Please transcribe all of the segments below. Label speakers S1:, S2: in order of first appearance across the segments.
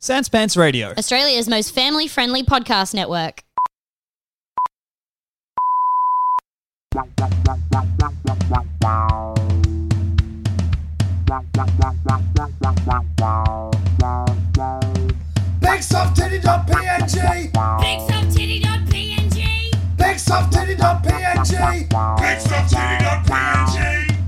S1: Sans Pants Radio.
S2: Australia's most family friendly podcast network.
S3: BigSoftTitty.png BigSoftTitty.png
S4: BigSoftTitty.png.
S3: BigSoftTitty.png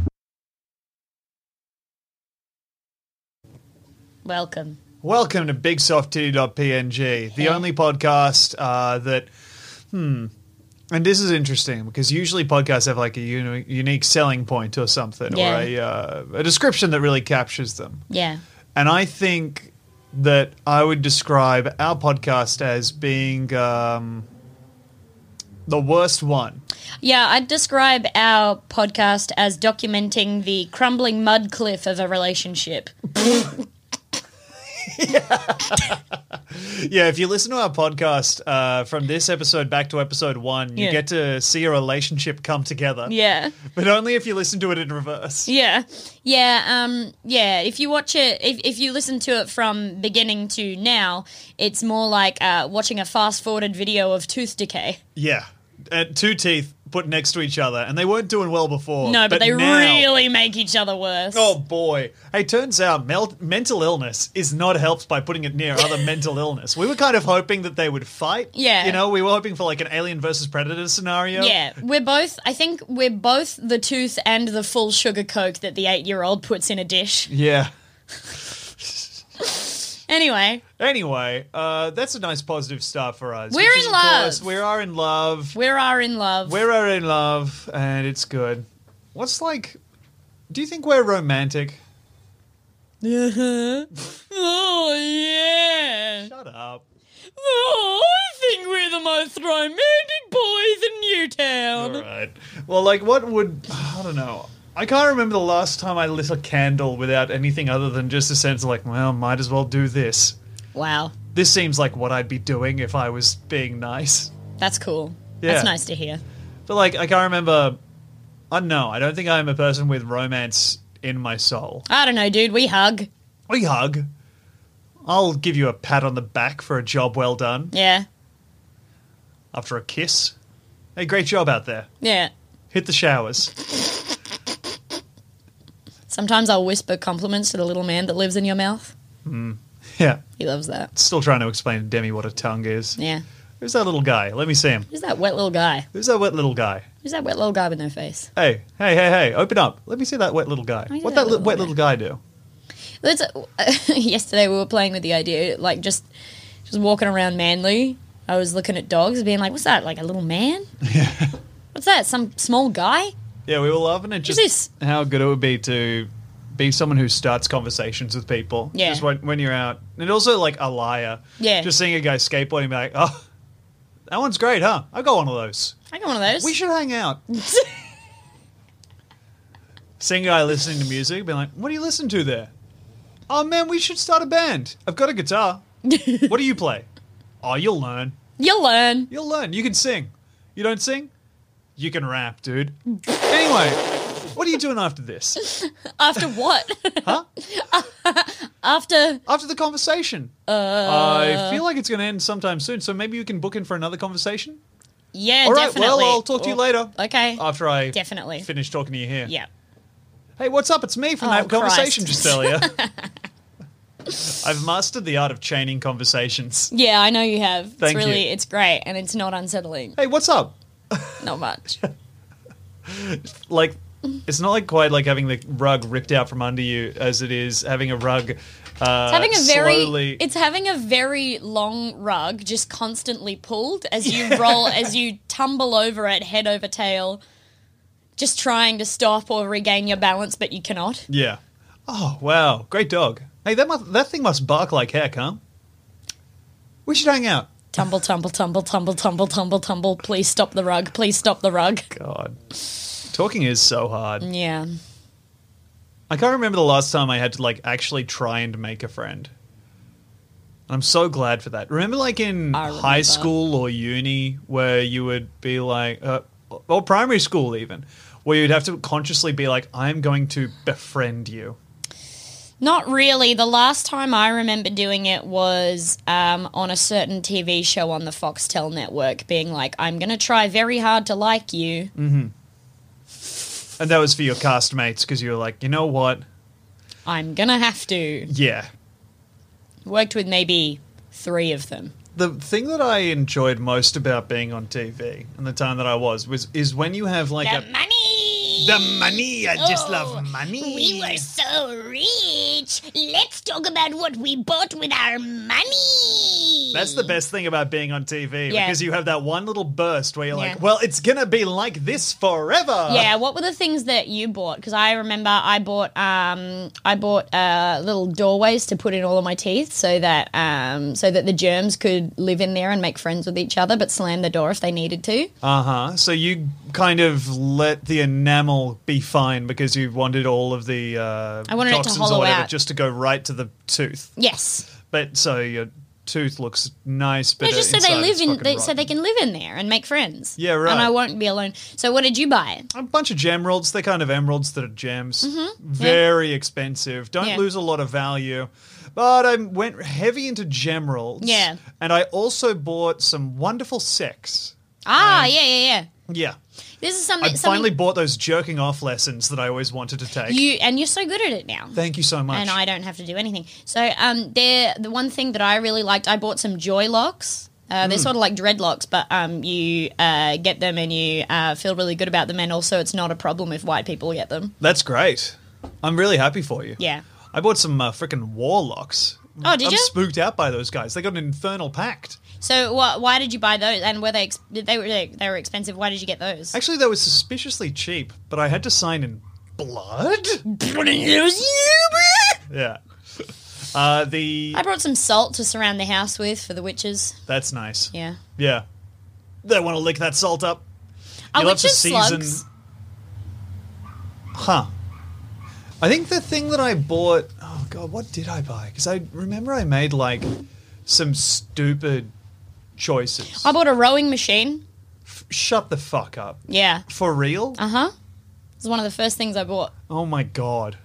S2: Welcome.
S1: Welcome to BigSoftTitty.png, the only podcast uh, that, hmm, and this is interesting because usually podcasts have like a uni- unique selling point or something,
S2: Yeah.
S1: or a, uh, a description that really captures them.
S2: Yeah.
S1: And I think that I would describe our podcast as being um, the worst one.
S2: Yeah, I'd describe our podcast as documenting the crumbling mud cliff of a relationship.
S1: Yeah, if you listen to our podcast uh, from this episode back to episode one, you
S2: Yeah.
S1: get to see a relationship come together.
S2: Yeah.
S1: But only if you listen to it in reverse.
S2: Yeah. Yeah, um yeah, if you watch it if if you listen to it from beginning to now, it's more like uh watching a fast-forwarded video of tooth decay.
S1: Yeah. Uh, two teeth put next to each other, and they weren't doing well before.
S2: No, but, they
S1: now-
S2: really make each other worse.
S1: Oh boy! Hey, turns out mel- mental illness is not helped by putting it near other mental illness. We were kind of hoping that they would fight.
S2: Yeah.
S1: you know, we were hoping for like an alien versus predator scenario.
S2: Yeah, we're both. I think we're both the tooth and the full sugar coke that the eight-year-old puts in a dish.
S1: yeah.
S2: Anyway,
S1: Anyway, uh, that's a nice positive start for us.
S2: We're
S1: which is,
S2: in
S1: of course,
S2: love.
S1: we are in love.
S2: we are in love.
S1: We are in love, and it's good. What's like? Do you think we're romantic?
S2: oh yeah.
S1: Shut up.
S2: Oh, I think we're the most romantic boys in Newtown.
S1: All right. Well, like, what would I don't know. I can't remember the last time I lit a candle without anything other than just a sense of like, well, might as well do this.
S2: Wow,
S1: This seems like what I'd be doing if I was being nice.
S2: that's cool.
S1: Yeah.
S2: That's nice to hear.
S1: But like, I can't remember. I no, I don't think I'm a person with romance in my soul.
S2: I don't know, dude. We hug.
S1: We hug. I'll give you a pat on the back for a job well done
S2: Yeah,
S1: after a kiss. Hey, great job out there.
S2: yeah.
S1: Hit the showers.
S2: Sometimes I'll whisper compliments to the little man that lives in your mouth.
S1: Yeah.
S2: He loves that.
S1: Still trying to explain to Demi what a tongue is.
S2: Yeah.
S1: Who's that little guy? Let me see him.
S2: Who's that wet little guy?
S1: Who's that wet little guy?
S2: Who's that wet little guy with no face?
S1: Hey, hey, hey, hey, open up. Let me see that wet little guy.
S2: me see
S1: What
S2: that
S1: that li-
S2: little
S1: wet
S2: guy.
S1: little guy do?
S2: Let's, yesterday we were playing with the idea, like just just walking around Manly. I was looking at dogs, being like, "What's that? Like a little man? What's that? Some small guy?"
S1: Yeah, we were laughing at just
S2: this?
S1: how good it would be to be someone who starts conversations with people.
S2: Yeah.
S1: Just when, when you're out. And also, like, a liar.
S2: Yeah.
S1: Just seeing a guy skateboarding, be like, oh, that one's great, huh? I got one of those.
S2: I got one of those.
S1: We should hang out. seeing a guy listening to music, being like, what do you listen to there? Oh, man, we should start a band. I've got a guitar. what do you play? Oh, you'll learn.
S2: You'll learn.
S1: You'll learn. You can sing. You don't sing? You can rap, dude. anyway, what are you doing after this?
S2: After what? Huh? After
S1: After the conversation? Uh, I feel like it's going to end sometime soon, so maybe you can book in for another conversation?
S2: yeah,
S1: All right,
S2: Uh, definitely.
S1: well, I'll talk to you
S2: Or-
S1: later.
S2: Okay.
S1: After I
S2: Definitely.
S1: finish talking to you here.
S2: yeah.
S1: Hey, what's up? It's me from
S2: Oh,
S1: that conversation
S2: Christ.
S1: just earlier. I've mastered the art of chaining conversations.
S2: Yeah, I know you have.
S1: Thank
S2: it's really
S1: you.
S2: it's great and it's not unsettling.
S1: Hey, what's up?
S2: Not much.
S1: Like, it's not like quite like having the rug ripped out from under you as it is having a rug. Uh,
S2: having a very
S1: slowly-
S2: it's having a very long rug just constantly pulled as you roll as you tumble over it head over tail just trying to stop or regain your balance but you cannot
S1: yeah. Oh wow, great dog. Hey, that must, that thing must bark like heck, huh? We should hang out.
S2: tumble tumble tumble tumble tumble tumble tumble please stop the rug please stop the rug
S1: God, talking is so hard.
S2: yeah
S1: I can't remember the last time I had to like actually try and make a friend. I'm so glad for that. Remember, like in
S2: I remember.
S1: high school or uni, where you would be like, uh, or primary school even, where you'd have to consciously be like, I'm going to befriend you.
S2: not really the last time i remember doing it was um, on a certain tv show on the foxtel network being like i'm going to try very hard to like you
S1: And that was for your cast mates because you were like, you know what?
S2: i'm going to have to
S1: Yeah.
S2: worked with maybe three of them.
S1: The thing that I enjoyed most about being on TV and the time that I was was is when you have like
S2: the
S1: a
S2: money.
S1: the money. I just
S2: Oh,
S1: love money.
S2: We were so rich. Let's talk about what we bought with our money.
S1: That's the best thing about being on TV
S2: Yeah.
S1: because you have that one little burst where you're
S2: Yeah.
S1: like, well, it's gonna be like this forever.
S2: Yeah, what were the things that you bought? Because I remember I bought um, I bought uh, little doorways to put in all of my teeth so that um, so that the germs could live in there and make friends with each other, but slam the door if they needed to.
S1: Uh huh. So you kind of let the enamel be fine because you wanted all of the uh,
S2: I wanted it to
S1: toxins
S2: hollow
S1: or whatever
S2: out.
S1: just to go right to the tooth.
S2: yes,
S1: But so your tooth looks nice, but
S2: No, just
S1: uh,
S2: so they
S1: inside
S2: live
S1: it's
S2: in,
S1: fucking
S2: they, so
S1: rotten.
S2: they can live in there and make friends.
S1: Yeah, right.
S2: And I won't be alone. So, what did you buy?
S1: a bunch of gem rolls. They're kind of emeralds that are gems. Very expensive. Don't
S2: Mm-hmm. Yeah.
S1: lose a lot of value. But I went heavy into gem rolls.
S2: Yeah.
S1: And I also bought some wonderful sex.
S2: Ah, yeah, yeah, yeah.
S1: Yeah.
S2: This is
S1: Mm. I
S2: something. something
S1: finally bought those jerking off lessons that I always wanted to take.
S2: you and you're so good at it now.
S1: Thank you so much.
S2: and I don't have to do anything. So, um, they're the one thing that I really liked. I bought some joy locks. Uh, they're sort of like dreadlocks, but um, you uh, get them and you uh, feel really good about them, and also it's not a problem if white people get them.
S1: That's great. I'm really happy for you.
S2: Yeah.
S1: I bought some uh, freaking warlocks.
S2: Oh, did
S1: I'm
S2: you?
S1: spooked out by those guys. They got an infernal pact.
S2: So, wh- why did you buy those? And were they ex- they were they were expensive? Why did you get those?
S1: Actually, they were suspiciously cheap, but I had to sign in blood. Yeah. Uh, the
S2: I brought some salt to surround the house with for the witches.
S1: that's nice.
S2: Yeah.
S1: Yeah. They want to lick that salt up.
S2: Are
S1: You'll have to
S2: witches
S1: season-
S2: slugs?
S1: Huh. I think the thing that I bought. Oh god, what did I buy? Because I remember I made like some stupid choices.
S2: I bought a rowing machine.
S1: Shut the fuck up.
S2: Yeah.
S1: For real?
S2: Uh huh. It was one of the first things I bought.
S1: Oh my god.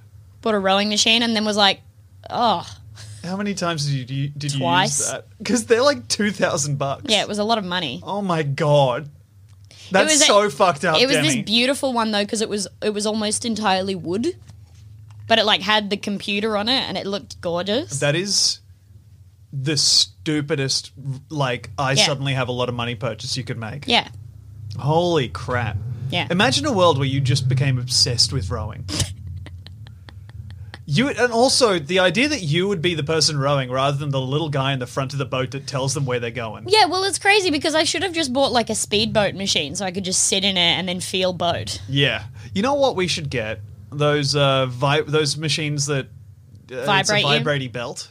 S2: Bought a rowing machine and then was like, oh,
S1: How many times did you- did you did you
S2: Twice.
S1: use that? Because they're like two thousand bucks.
S2: yeah, it was a lot of money.
S1: Oh my god. That's
S2: was a-
S1: so fucked up.
S2: it was
S1: Demi.
S2: this beautiful one though because it was it was almost entirely wood, but it like had the computer on it and it looked gorgeous.
S1: That is the stupidest, like, I
S2: Yeah.
S1: suddenly have a lot of money purchase you could make.
S2: yeah,
S1: Holy crap.
S2: Yeah.
S1: Imagine a world where you just became obsessed with rowing. You and also the idea that you would be the person rowing rather than the little guy in the front of the boat that tells them where they're going.
S2: yeah. Well, it's crazy because I should have just bought like a speedboat machine so I could just sit in it and then feel boat.
S1: Yeah. You know what we should get? Those uh vi- those machines that uh, it's a
S2: Vibrate you?
S1: vibratey belt.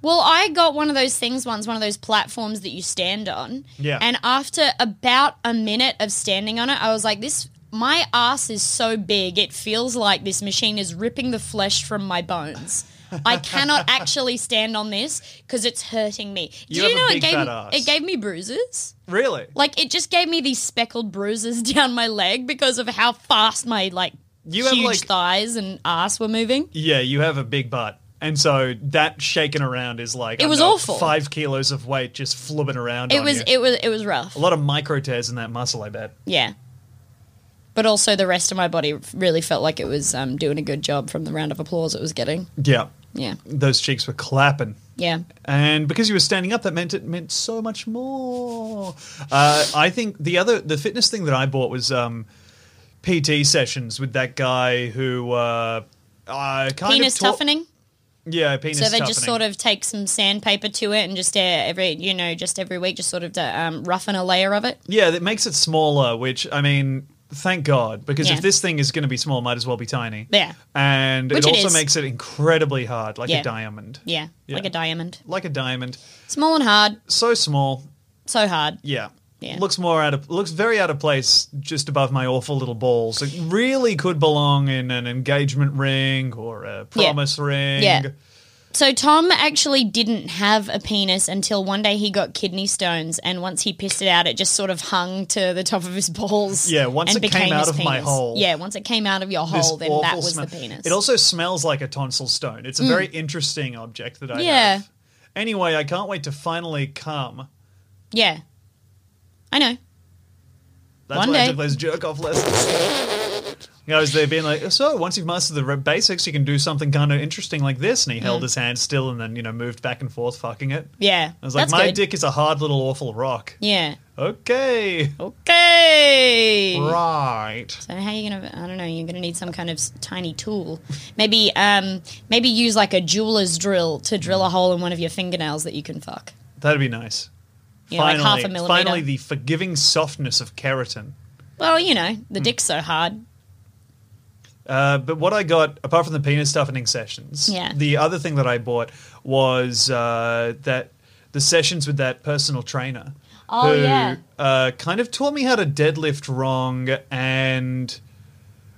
S2: Well, I got one of those things once, one of those platforms that you stand on.
S1: Yeah.
S2: And after about a minute of standing on it, I was like, this, my ass is so big, it feels like this machine is ripping the flesh from my bones. I cannot actually stand on this because it's hurting me. Did
S1: You
S2: you,
S1: have a
S2: know
S1: big
S2: it gave
S1: fat ass.
S2: it gave me bruises?
S1: Really?
S2: Like it just gave me these speckled bruises down my leg because of how fast my like
S1: You have,
S2: huge
S1: like-
S2: thighs and ass were moving.
S1: Yeah, you have a big butt. And so that shaking around is like I
S2: It was
S1: don't know,
S2: awful.
S1: Five kilos of weight just flubbing around.
S2: It
S1: on
S2: was
S1: you.
S2: it was it was rough.
S1: a lot of micro tears in that muscle. I bet.
S2: Yeah. But also, the rest of my body really felt like it was um, doing a good job from the round of applause it was getting.
S1: Yeah.
S2: Yeah.
S1: Those cheeks were clapping.
S2: Yeah.
S1: And because you were standing up, that meant it meant so much more. Uh, I think the other the fitness thing that I bought was um, PT sessions with that guy who uh, uh, kind
S2: Penis
S1: of taught-
S2: toughening.
S1: Yeah, penis
S2: So they
S1: toughening.
S2: just sort of take some sandpaper to it and just uh, every you know just every week just sort of uh, um, roughen a layer of it.
S1: yeah, that makes it smaller. Which I mean, thank God, because
S2: Yeah.
S1: if this thing is going to be small, might as well be tiny.
S2: Yeah.
S1: and
S2: Which
S1: it
S2: it
S1: also
S2: is.
S1: makes it incredibly hard, like
S2: Yeah.
S1: a diamond.
S2: Yeah,
S1: Yeah.
S2: like a diamond.
S1: Like a diamond,
S2: Small and hard,
S1: so small.
S2: so hard.
S1: Yeah.
S2: Yeah.
S1: Looks more out of looks very out of place just above my awful little balls. It really could belong in an engagement ring or a promise ring.
S2: Yeah. So Tom actually didn't have a penis until one day he got kidney stones, and once he pissed it out, it just sort of hung to the top of his balls.
S1: Yeah, once
S2: and
S1: it came
S2: became
S1: out
S2: his
S1: of my
S2: penis.
S1: hole.
S2: Yeah, once it came out of your
S1: This
S2: hole, then
S1: awful
S2: that was
S1: smell.
S2: the penis. Mm.
S1: It also smells like a tonsil stone. It's a very interesting object that I
S2: Yeah.
S1: have. Anyway, I can't wait to finally come.
S2: yeah, I know.
S1: That's
S2: One
S1: why I
S2: day.
S1: took those jerk off lessons. I was there being like, so once you've mastered the re- basics, you can do something kind of interesting like this. And he
S2: Mm.
S1: held his hand still and then, you know, moved back and forth, fucking it.
S2: Yeah,
S1: I was like,
S2: that's
S1: my
S2: good.
S1: dick is a hard little awful rock.
S2: Yeah.
S1: Okay.
S2: Okay.
S1: Right.
S2: So how are you gonna? I don't know. You're gonna need some kind of s- tiny tool. Maybe, um, maybe use like a jeweler's drill to drill a hole in one of your fingernails that you can fuck.
S1: That'd be nice.
S2: You know, like half a millimeter.
S1: Finally, the forgiving softness of keratin.
S2: Well, you know, the dick's so hard.
S1: Uh, but what I got, apart from the penis toughening sessions,
S2: Yeah.
S1: the other thing that I bought was uh, that the sessions with that personal trainer.
S2: Oh, yeah.
S1: Uh, kind of taught me how to deadlift wrong and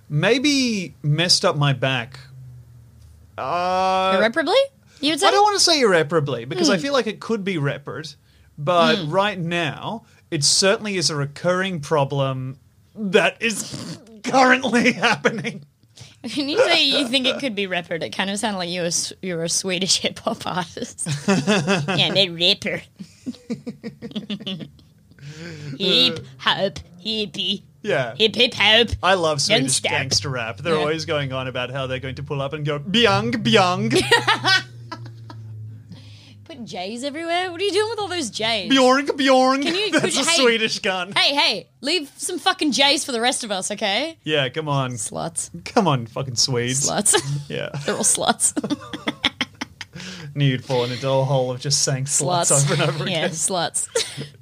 S1: maybe messed up my back. Uh,
S2: Irreparably? You would say?
S1: I don't want to say irreparably because
S2: Hmm.
S1: I feel like it could be repared, but right now it certainly is a recurring problem that is currently happening.
S2: When you say you think it could be rappered, it kind of sounded like you were, s- you were a Swedish hip hop artist. yeah, they're rapper. hip hop, hippie,
S1: Yeah.
S2: hip hip hop.
S1: I love Swedish
S2: step.
S1: gangster rap. They're
S2: Yeah.
S1: always going on about how they're going to pull up and go byung byung
S2: Put J's everywhere. What are you doing with all those J's?
S1: bjorg bjorg.
S2: you-
S1: That's
S2: could-
S1: a
S2: hey.
S1: Swedish gun.
S2: hey, hey, leave some fucking J's for the rest of us, okay?
S1: Yeah, come on,
S2: Sluts,
S1: come on, fucking Swedes.
S2: sluts.
S1: Yeah,
S2: they're all sluts.
S1: knew you'd fall into a hole of just saying sluts,
S2: Sluts.
S1: over and over
S2: yeah,
S1: again.
S2: sluts.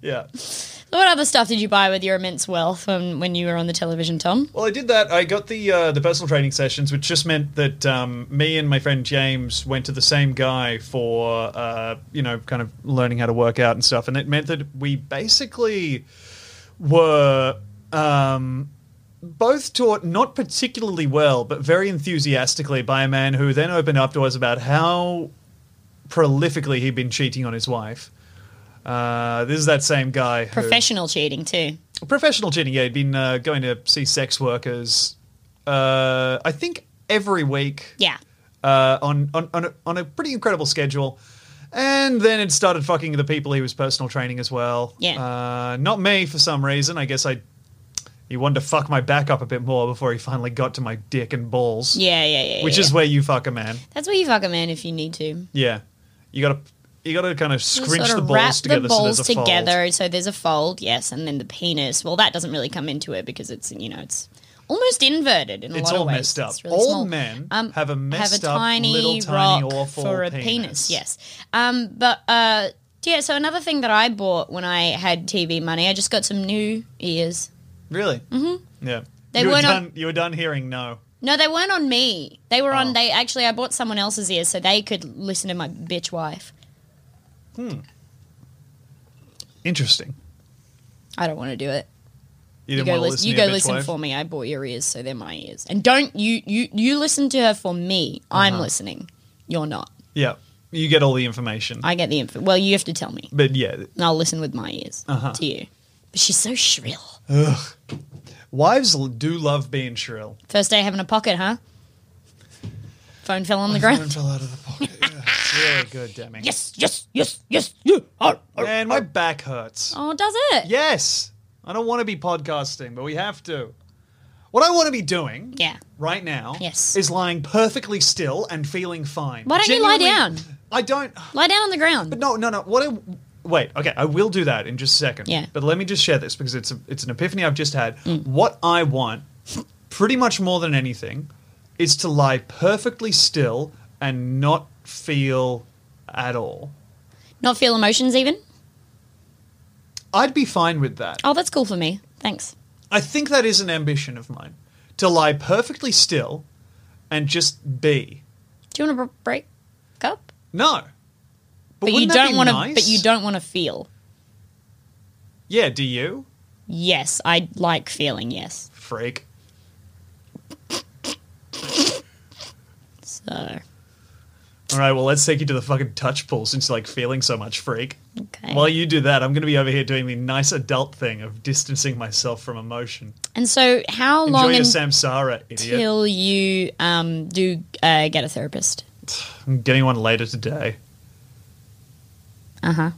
S1: Yeah.
S2: So what other stuff did you buy with your immense wealth when, when you were on the television, Tom?
S1: Well, I did that. I got the uh, the personal training sessions, which just meant that um, me and my friend James went to the same guy for uh, you know, kind of learning how to work out and stuff, and it meant that we basically were um, both taught not particularly well, but very enthusiastically by a man who then opened up to us about how prolifically he'd been cheating on his wife. Uh, this is that same guy. Who,
S2: Professional cheating, too.
S1: professional cheating. Yeah, he'd been uh, going to see sex workers. Uh, I think every week.
S2: Yeah.
S1: Uh, on on on a, on a pretty incredible schedule, and then it started fucking the people he was personal training as well.
S2: Yeah.
S1: Uh, not me for some reason. I guess I. He wanted to fuck my back up a bit more before he finally got to my dick and balls.
S2: Yeah, yeah, yeah.
S1: Which
S2: yeah.
S1: is where you fuck a man.
S2: That's where you fuck a man if you need to.
S1: Yeah. You gotta you gotta kind of
S2: You
S1: scrunch
S2: sort
S1: the
S2: of
S1: balls
S2: wrap
S1: together.
S2: the balls
S1: so there's a fold.
S2: together so there's a fold, yes, and then the penis. Well, that doesn't really come into it because it's you know it's almost inverted in a
S1: It's
S2: lot
S1: all
S2: of ways.
S1: messed up.
S2: It's really
S1: all
S2: small.
S1: men
S2: Um,
S1: have a messed
S2: have a
S1: up
S2: tiny
S1: little tiny
S2: rock
S1: awful
S2: for a
S1: penis.
S2: penis. Yes, um, but uh, yeah. So another thing that I bought when I had TV money, I just got some new ears.
S1: Really? Mm-hmm. Yeah.
S2: They
S1: you were
S2: weren't
S1: done.
S2: on-
S1: You were done hearing no.
S2: No, they weren't on me. They were
S1: Oh.
S2: on. They actually, I bought someone else's ears so they could listen to my bitch wife.
S1: Interesting.
S2: I don't want to do it.
S1: You
S2: You
S1: didn't
S2: go,
S1: want to
S2: lis-
S1: listen.
S2: you
S1: to
S2: go
S1: your bitch
S2: listen
S1: wife?
S2: for me. I bought your ears, so they're my ears. And don't you you you listen to her for me. I'm
S1: Uh-huh.
S2: listening. You're not.
S1: Yeah. You get all the information.
S2: I get the info. Well, you have to tell me.
S1: but yeah,
S2: And I'll listen with my ears
S1: Uh-huh.
S2: to you. But she's so shrill.
S1: wives l- do love being shrill.
S2: First day having a pocket, huh? Phone fell on the
S1: One
S2: ground.
S1: fell out of the pocket. Yeah. It's really good, Demi.
S2: Yes, yes, yes, yes. you are- are-
S1: Man, my back hurts.
S2: Oh, does it?
S1: Yes. I don't want to be podcasting, but we have to. What I want to be doing
S2: Yeah.
S1: right now
S2: Yes.
S1: is lying perfectly still and feeling fine.
S2: Why don't you lie
S1: Genuinely-
S2: down?
S1: I don't.
S2: Lie down on the ground.
S1: No, no, no. What I wait. Okay, I will do that in just a second.
S2: Yeah. Mm.
S1: But let me just share this because it's a, it's an epiphany I've just had. What I want, pretty much more than anything, is to lie perfectly still and not feel at all.
S2: Not feel emotions even.
S1: I'd be fine with that.
S2: Oh, that's cool for me. Thanks.
S1: I think that is an ambition of mine to lie perfectly still and just be.
S2: Do you want to br- break up?
S1: No.
S2: But, you
S1: wouldn't that
S2: don't
S1: be
S2: want to.
S1: nice?
S2: But you don't want to feel.
S1: Yeah, do you?
S2: Yes, I like feeling. Yes.
S1: Freak.
S2: So
S1: All right, well, let's take you to the fucking touch pool since you like feeling so much, freak.
S2: okay.
S1: While you do that, I'm going to be over here doing the nice adult thing of distancing myself from emotion.
S2: and so, how long
S1: Enjoy your
S2: until
S1: samsara, idiot.
S2: you um, do uh, get a therapist?
S1: I'm getting one later today.
S2: Uh huh.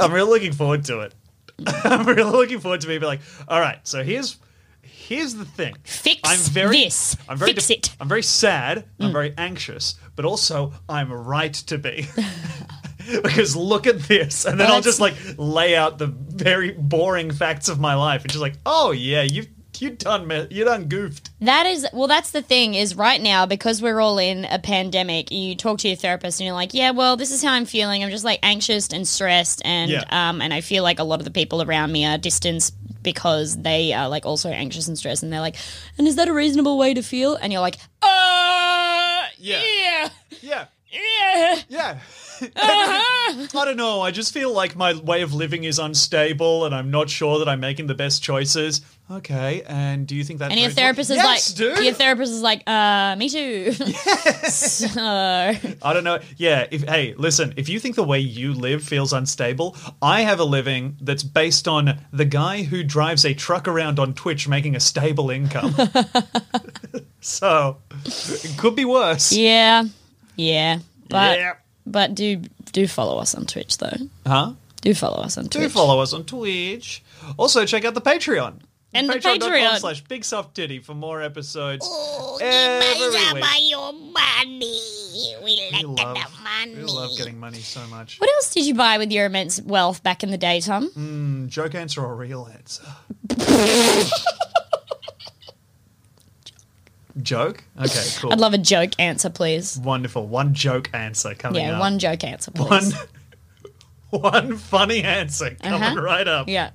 S1: I'm really looking forward to it. I'm really looking forward to me being like, all right, so here's here's the thing.
S2: Fix this. Fix it. Mm.
S1: I'm very sad. I'm very anxious, but also I'm right to be. because look at this, and then
S2: Well,
S1: I'll just like
S2: that's-
S1: lay out the very boring facts of my life, and just like, oh yeah, you've you done me- you done goofed.
S2: That is well. That's the thing is right now because we're all in a pandemic. You talk to your therapist and you're like, yeah, well, this is how I'm feeling. I'm just like anxious and stressed, and
S1: Yeah.
S2: um, and I feel like a lot of the people around me are distanced because they are like also anxious and stressed, and they're like, and is that a reasonable way to feel? And you're like, uh,
S1: Yeah.
S2: yeah,
S1: Yeah,
S2: yeah. Uh-huh.
S1: yeah. I don't know. I just feel like my way of living is unstable, and I'm not sure that I'm making the best choices. Okay, and do you think that?
S2: And your therapist is
S1: yes,
S2: like,
S1: dude.
S2: your therapist is like, uh, me too. so,
S1: I don't know. Yeah. If hey, listen. If you think the way you live feels unstable, I have a living that's based on the guy who drives a truck around on Twitch making a stable income. so it could be worse.
S2: yeah, yeah, but
S1: Yeah.
S2: but do do follow us on Twitch though.
S1: Huh?
S2: Do follow us on Twitch.
S1: Do follow us on Twitch. Also, check out the Patreon.
S2: And the
S1: Patreon.com
S2: Patreon. Oh,
S1: slash Big Soft Titty for more episodes.
S3: Amazing
S1: every week.
S3: by your money. We
S1: We
S3: like
S1: love,
S3: the
S1: we
S3: money.
S1: love getting money so much.
S2: What else did you buy with your immense wealth back in the day, Tom?
S1: Mm. Joke answer or real answer? joke? Okay, cool.
S2: I'd love a joke answer, please.
S1: Wonderful. One joke answer coming
S2: Yeah,
S1: up.
S2: one joke answer, please.
S1: one, one funny answer coming
S2: Uh-huh.
S1: right up.
S2: Yeah.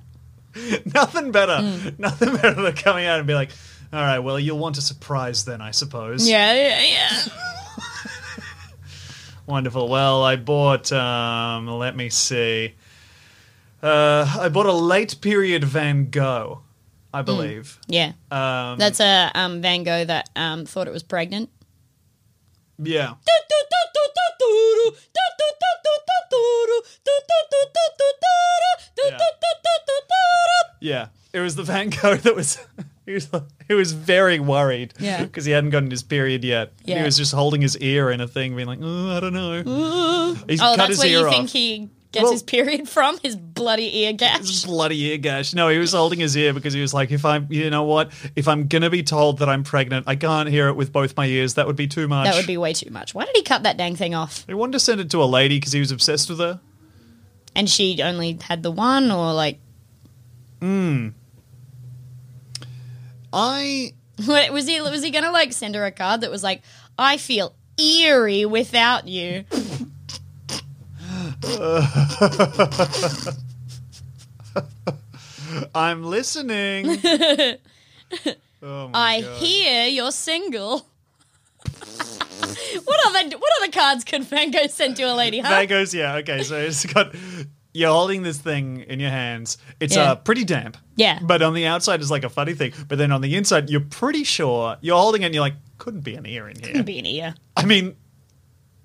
S2: Hmm.
S1: Nothing better. Nothing better than coming out and be like, all right, well, you'll want a surprise then, I suppose.
S2: Yeah, yeah, yeah.
S1: Wonderful. Well, I bought, um, let me see. Uh, I bought a late period Van Gogh,
S2: Hmm.
S1: I believe.
S2: Yeah.
S1: Um,
S2: That's a um, Van Gogh that um, thought it was pregnant.
S1: yeah. Yeah, it was the Van Gogh that was. He was, he was very worried
S2: Yeah.
S1: because he hadn't gotten his period yet. He
S2: Yeah.
S1: was just holding his ear in a thing, being like, "Oh, I don't know." He's
S2: Oh,
S1: cut
S2: that's
S1: his
S2: where
S1: ear
S2: you
S1: off.
S2: think he gets
S1: Well-
S2: his period from? His bloody ear
S1: His
S2: gash.
S1: bloody ear gash. No, he was holding his ear because he was like, "If I'm, you know what? If I'm gonna be told that I'm pregnant, I can't hear it with both my ears. That would be too much."
S2: That would be way too much. Why did he cut that dang thing off?
S1: He wanted to send it to a lady because he was obsessed with her.
S2: And she only had the one, or like,
S1: I
S2: What- was he was he gonna like send her a card that was like, I feel eerie without you?
S1: I'm listening. oh my
S2: I
S1: God.
S2: hear you're single. what other what other cards could Van Gogh send to a lady? Huh?
S1: That goes, yeah, okay. So it's got you're holding this thing in your hands. It's
S2: Yeah.
S1: uh, pretty damp.
S2: Yeah.
S1: But on the outside is like a funny thing. But then on the inside, you're pretty sure you're holding it and you're like, couldn't be an ear in here.
S2: Be an ear.
S1: I mean,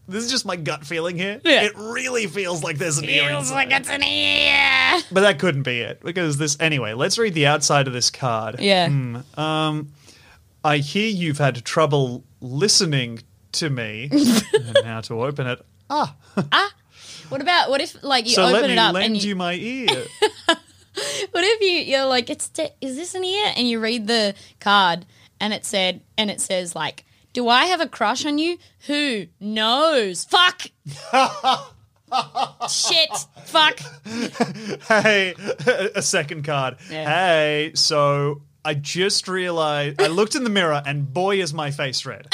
S1: this is just my gut feeling here.
S2: Yeah.
S1: It really feels like there's an ear.
S3: Feels
S1: inside.
S3: like it's an ear.
S1: But that couldn't be it. Because this anyway, let's read the outside of this card.
S2: Yeah.
S1: Hmm. I hear you've had trouble listening to me. and now to open it.
S2: What about what if like you
S1: so
S2: open
S1: let me
S2: it up
S1: lend
S2: and you,
S1: you my ear.
S2: What if you you're like it's de- is this an ear? And you read the card and it said and it says like, do I have a crush on you? Who knows? Fuck. Shit. Fuck.
S1: hey, a second card.
S2: Yeah.
S1: Hey, so I just realized I looked in the mirror and boy is my face red.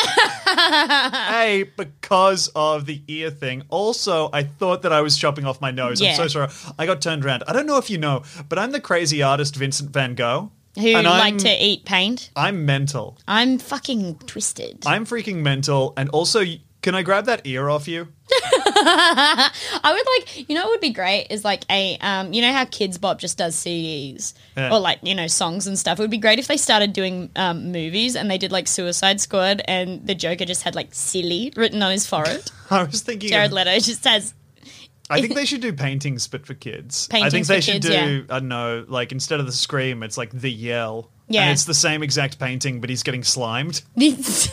S1: hey, because of the ear thing. Also, I thought that I was chopping off my nose.
S2: Yeah.
S1: I'm so sorry. I got turned around. I don't know if you know, but I'm the crazy artist Vincent van Gogh.
S2: Who Oh.
S1: and I'm,
S2: like to eat paint?
S1: I'm mental.
S2: I'm fucking twisted. I,
S1: I'm freaking mental. And also, y- can I grab that ear off you?
S2: would like you know what would be great is like a um you know how Kids Bop just does CDs
S1: Yeah.
S2: or like you know songs and stuff. It would be great if they started doing um, movies and they did like Suicide Squad and the Joker just had like silly written on his forehead.
S1: I was thinking.
S2: Jared
S1: of-
S2: Leto just has
S1: I think they should do paintings, but for kids. I think
S2: Paintings
S1: they
S2: for
S1: should
S2: kids,
S1: do.
S2: yeah.
S1: I don't know. Like instead of the scream, it's like the yell.
S2: Yeah.
S1: And it's the same exact painting, but he's getting slimed.
S2: these.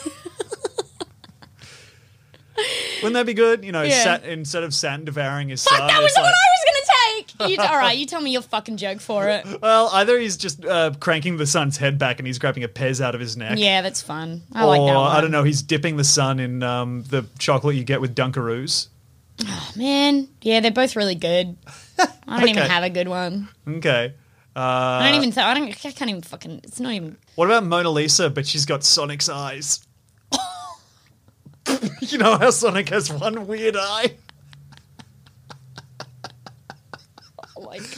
S1: Wouldn't that be good? You know,
S2: Yeah.
S1: sat, instead of Saturn devouring his
S2: Fuck,
S1: son,
S2: that was
S1: it's
S2: the one
S1: like,
S2: I was gonna take. You, all right, you tell me your fucking joke for it.
S1: well, either he's just uh, cranking the son's head back and he's grabbing a pez out of his neck.
S2: Yeah, that's fun. I
S1: or
S2: like that one.
S1: Oh, I don't know, he's dipping the son in um, the chocolate you get with Dunkaroos.
S2: man. Yeah, they're both really good. I don't even
S1: Okay. Uh,
S2: have a good one.
S1: Okay.
S2: I don't even. Th- I don't. I can't even fucking. It's not even.
S1: What about Mona Lisa, but she's got Sonic's eyes? you know how Sonic has one weird eye?
S2: Oh my god.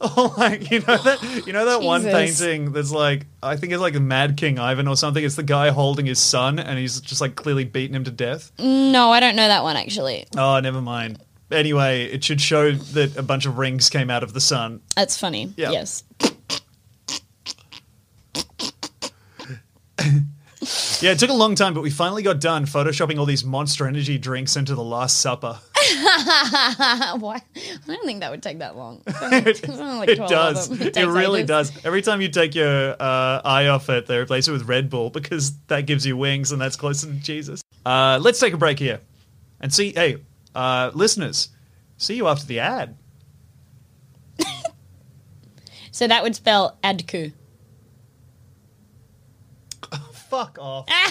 S1: Oh, like you know that you know that one
S2: Jesus.
S1: painting that's like I think it's like the Mad King Ivan or something. It's the guy holding his son and he's just like clearly beaten him to death.
S2: No, I don't know that one actually.
S1: Oh, never mind. Anyway, it should show that a bunch of rings came out of the sun.
S2: That's funny.
S1: Yeah.
S2: Yes.
S1: Yeah, it took a long time, but we finally got done photoshopping all these Monster Energy drinks into the Last Supper.
S2: Uh, why? I don't think that would take that long. It's only- it's only like
S1: It
S2: 12
S1: does.
S2: of them.
S1: It,
S2: takes
S1: really
S2: ages.
S1: does. Every time you take your uh, eye off it, they replace it with Red Bull because that gives you wings and that's closer to Jesus. Uh, let's take a break here and see. Hey, uh, listeners, see you after the ad.
S2: So that would spell adku.
S1: Fuck off.
S2: Ah.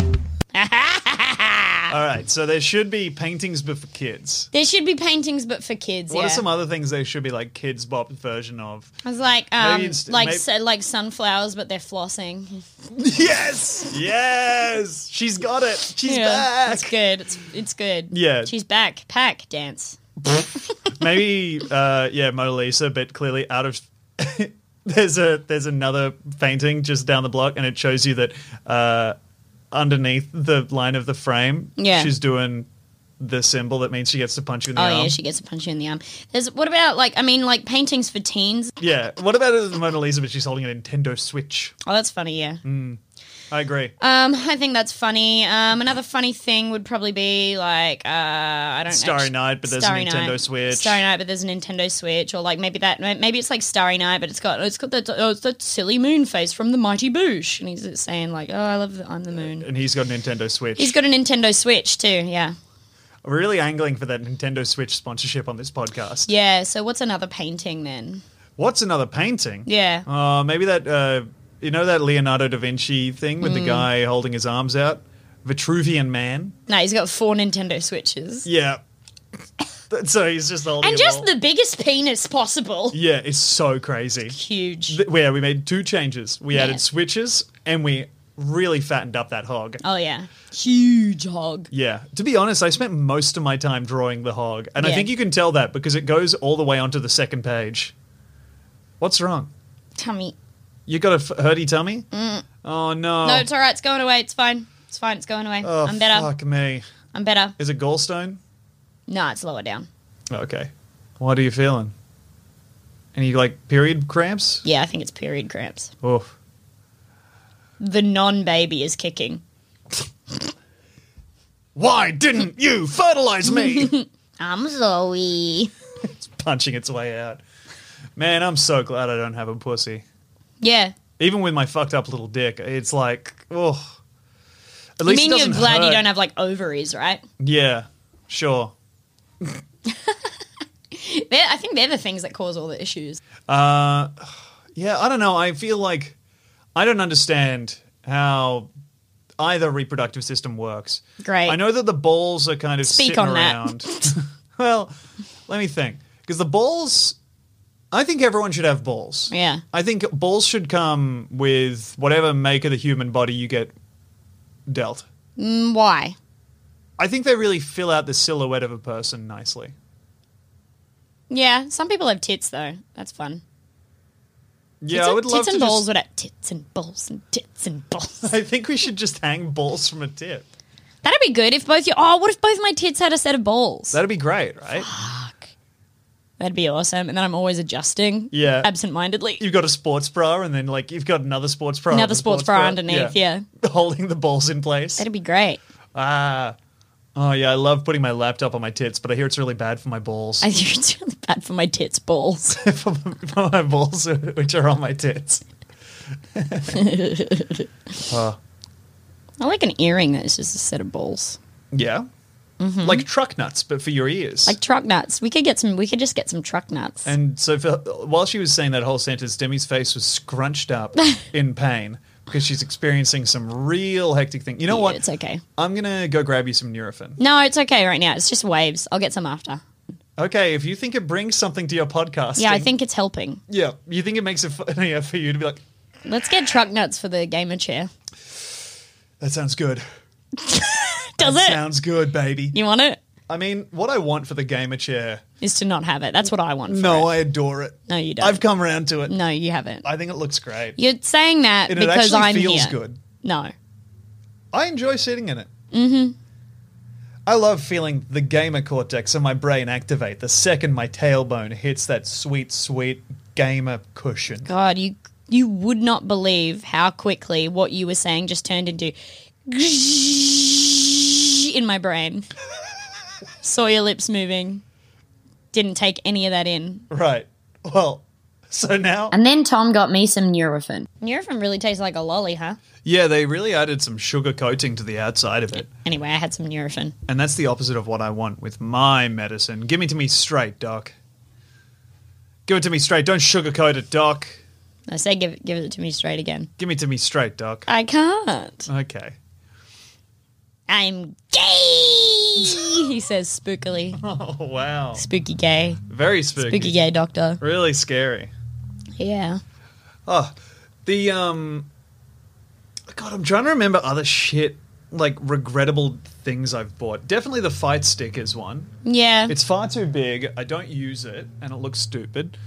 S1: All right, so there should be paintings, but for kids.
S2: There should be paintings, but for kids.
S1: What
S2: yeah.
S1: are some other things there should be like kids' bop version of?
S2: I was like, um,
S1: inst-
S2: like
S1: maybe-
S2: so, like sunflowers, but they're flossing.
S1: Yes, yes, she's got it. She's back.
S2: it's good. It's it's good.
S1: Yeah.
S2: she's back. Pack dance.
S1: Maybe uh yeah, Mona Lisa, but clearly out of there's a there's another painting just down the block and it shows you that uh underneath the line of the frame
S2: Yeah.
S1: she's doing the symbol that means she gets to punch you in the
S2: Oh
S1: arm.
S2: yeah, she gets a punch you in the arm. There's what about like I mean like paintings for teens?
S1: yeah. What about the Mona Lisa but she's holding a Nintendo Switch?
S2: Oh, that's funny. Yeah.
S1: Mm. I agree.
S2: Um, I think that's funny. Um, another funny thing would probably be like uh, I don't know.
S1: Starry Night, but there's a
S2: Starry
S1: Nintendo
S2: Night.
S1: Switch.
S2: Starry Night, but there's a Nintendo Switch, or like maybe that maybe it's like Starry Night, but it's got it's got that oh, it's that silly moon face from the Mighty Boosh, and he's saying like oh I love the, I'm the moon.
S1: And he's got a Nintendo Switch.
S2: He's got a Nintendo Switch too. Yeah.
S1: We're really angling for that Nintendo Switch sponsorship on this podcast.
S2: Yeah, so what's another painting then?
S1: What's another painting?
S2: Yeah.
S1: Uh, maybe that uh, you know that Leonardo da Vinci thing with
S2: Mm.
S1: the guy holding his arms out, Vitruvian Man.
S2: No, he's got four Nintendo Switches.
S1: Yeah. so he's just holding
S2: and
S1: a
S2: just
S1: ball.
S2: the biggest penis possible.
S1: yeah, it's so crazy.
S2: Huge.
S1: Th- Where we made two changes. We
S2: Yeah.
S1: added switches and we really fattened up that hog.
S2: oh yeah, huge hog.
S1: Yeah. To be honest, I spent most of my time drawing the hog, and I
S2: Yeah.
S1: think you can tell that because it goes all the way onto the second page. What's wrong?
S2: Tummy.
S1: You got a f- hurdy tummy? Oh no.
S2: Mm. No, it's all right. It's going away. It's fine. It's fine. It's going away.
S1: oh,
S2: I'm better.
S1: Fuck me.
S2: I'm better.
S1: Is it gallstone?
S2: No, it's lower down.
S1: Okay. What are you feeling? Any like period cramps?
S2: Yeah, I think it's period cramps.
S1: Oof.
S2: The non-baby is kicking.
S1: Why didn't you fertilize me?
S2: I'm sorry.
S1: Punching its way out. Man, I'm so glad I don't have a pussy.
S2: Yeah.
S1: Even with my fucked up little dick, it's like, oh. At
S2: You
S1: least it
S2: mean you're
S1: doesn't
S2: glad you
S1: hurt.
S2: don't have like ovaries, right?
S1: Yeah, sure.
S2: They're, I think they're the things that cause all the issues.
S1: Yeah, I don't know. I feel like I don't understand how either reproductive system works.
S2: Great.
S1: I know that the balls are kind of
S2: Speak
S1: sitting
S2: on that.
S1: around. well, let me think. Because the balls, I think everyone should have balls.
S2: Yeah.
S1: I think balls should come with whatever make of the human body you get dealt.
S2: Mm, Why?
S1: I think they really fill out the silhouette of a person nicely.
S2: Yeah, some people have tits though. That's fun.
S1: Yeah,
S2: tits
S1: I
S2: and-
S1: would love
S2: tits and
S1: to.
S2: balls.
S1: Just,
S2: What up? Tits and balls and tits and balls.
S1: I think we should just hang balls from a tip.
S2: That'd be good if both you. Oh, what if both my tits had a set of balls?
S1: That'd be great, right?
S2: That'd be awesome. And then I'm always adjusting.
S1: Yeah.
S2: Absentmindedly.
S1: you've got a sports bra and then like you've got another sports bra
S2: Another
S1: and a
S2: sports bra underneath,
S1: holding the balls in place
S2: That'd be great.
S1: ah oh yeah i love putting my laptop on my tits but i hear it's really bad for my balls
S2: I think it's really bad for my tits balls.
S1: for my balls which are on my tits
S2: I like an earring that's just a set of balls.
S1: yeah like truck nuts but for your ears
S2: Mm-hmm. Like truck nuts. We could get some. We could just get some truck nuts.
S1: and so for, while she was saying that whole sentence demi's face was scrunched up in pain because she's experiencing some real hectic thing you know
S2: Yeah,
S1: what
S2: It's okay.
S1: i'm gonna go grab you some nurofen
S2: No, it's okay right now. It's just waves. I'll get some after.
S1: okay if you think it brings something to your podcast
S2: Yeah, I think it's helping.
S1: Yeah, you think it makes it funnier for you to be like,
S2: Let's get truck nuts for the gamer chair.
S1: that sounds good.
S2: Does it?
S1: Sounds good, baby.
S2: you want it?
S1: I mean, what I want for the gamer chair.
S2: Is to not have it. That's what I want. For
S1: No,
S2: it.
S1: I adore it.
S2: No, you don't.
S1: I've come around to it.
S2: no, you haven't.
S1: I think it looks great.
S2: You're saying that
S1: And it
S2: because
S1: actually
S2: I'm
S1: feels
S2: here.
S1: good.
S2: No,
S1: I enjoy sitting in it. Mm-hmm. I love feeling the gamer cortex in my brain activate the second my tailbone hits that sweet, sweet gamer cushion.
S2: God, you you would not believe how quickly what you were saying just turned into in my brain. Saw your lips moving. Didn't take any of that in.
S1: Right. Well, so now.
S2: And then Tom got me some Nurofen. Nurofen really tastes like a lolly, huh?
S1: Yeah, they really added some sugar coating to the outside of it.
S2: Anyway, I had some Nurofen.
S1: And that's the opposite of what I want with my medicine. Give me to me straight, Doc. Give it to me straight. Don't sugarcoat it, Doc.
S2: I say give it, give it to me straight again.
S1: Give me to me straight, Doc.
S2: I can't.
S1: Okay.
S2: I'm gay. he says spookily.
S1: Oh, wow.
S2: Spooky gay.
S1: Very spooky.
S2: Spooky gay doctor.
S1: Really scary.
S2: Yeah.
S1: The, um. God, I'm trying to remember other shit, like regrettable things I've bought. Definitely the fight stick is one.
S2: Yeah.
S1: It's far too big. I don't use it, and it looks stupid.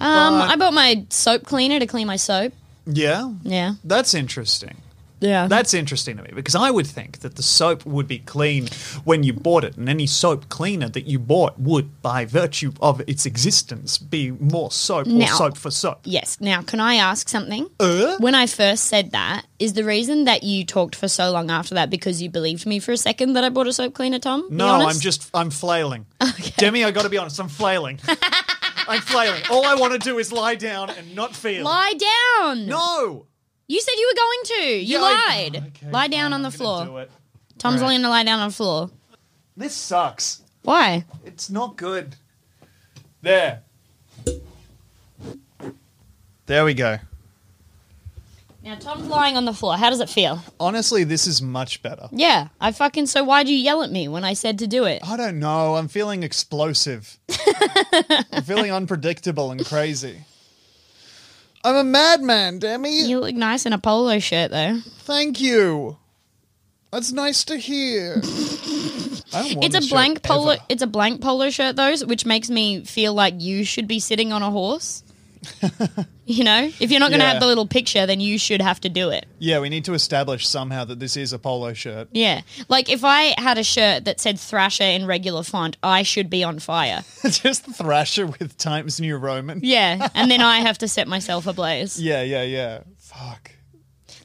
S2: Um,
S1: But-
S2: I bought my soap cleaner to clean my soap.
S1: Yeah.
S2: Yeah.
S1: That's interesting.
S2: Yeah.
S1: That's interesting to me because I would think that the soap would be clean when you bought it, and any soap cleaner that you bought would, by virtue of its existence, be more soap or
S2: Now-
S1: soap for soap.
S2: yes. Now, can I ask something?
S1: Uh.
S2: When I first said that, is the reason that you talked for so long after that because you believed me for a second that I bought a soap cleaner, Tom? Be
S1: No, I'm
S2: honest?
S1: just I'm flailing. Demi, I got to be honest, I'm flailing. I'm flailing. All I want to do is lie down and not feel.
S2: Lie down.
S1: No,
S2: You said you were going to. You
S1: Yeah, I-
S2: lied.
S1: Okay,
S2: lie
S1: fine,
S2: down on the
S1: I'm gonna do
S2: floor.
S1: it.
S2: Tom's
S1: All right.
S2: willing to lie down on the floor.
S1: This sucks.
S2: Why?
S1: It's not good. There. There we go.
S2: Now Tom's lying on the floor. How does it feel?
S1: Honestly, this is much better.
S2: Yeah, I fucking. So why'd you yell at me when I said to do it?
S1: I don't know. I'm feeling explosive. I'm feeling unpredictable and crazy. I'm a madman, Demi.
S2: You look nice in a polo shirt though.
S1: Thank you. That's nice to hear. I don't want this
S2: It's a
S1: shirt
S2: blank polo.
S1: ever.
S2: It's a blank polo shirt though, which makes me feel like you should be sitting on a horse. you know, if you're not going to
S1: Yeah.
S2: have the little picture, then you should have to do it.
S1: Yeah, we need to establish somehow that this is a polo shirt.
S2: Yeah, like if I had a shirt that said Thrasher in regular font, I should be on fire.
S1: Just Thrasher with Times New Roman.
S2: Yeah, and then I have to set myself ablaze.
S1: Yeah, yeah, yeah. Fuck.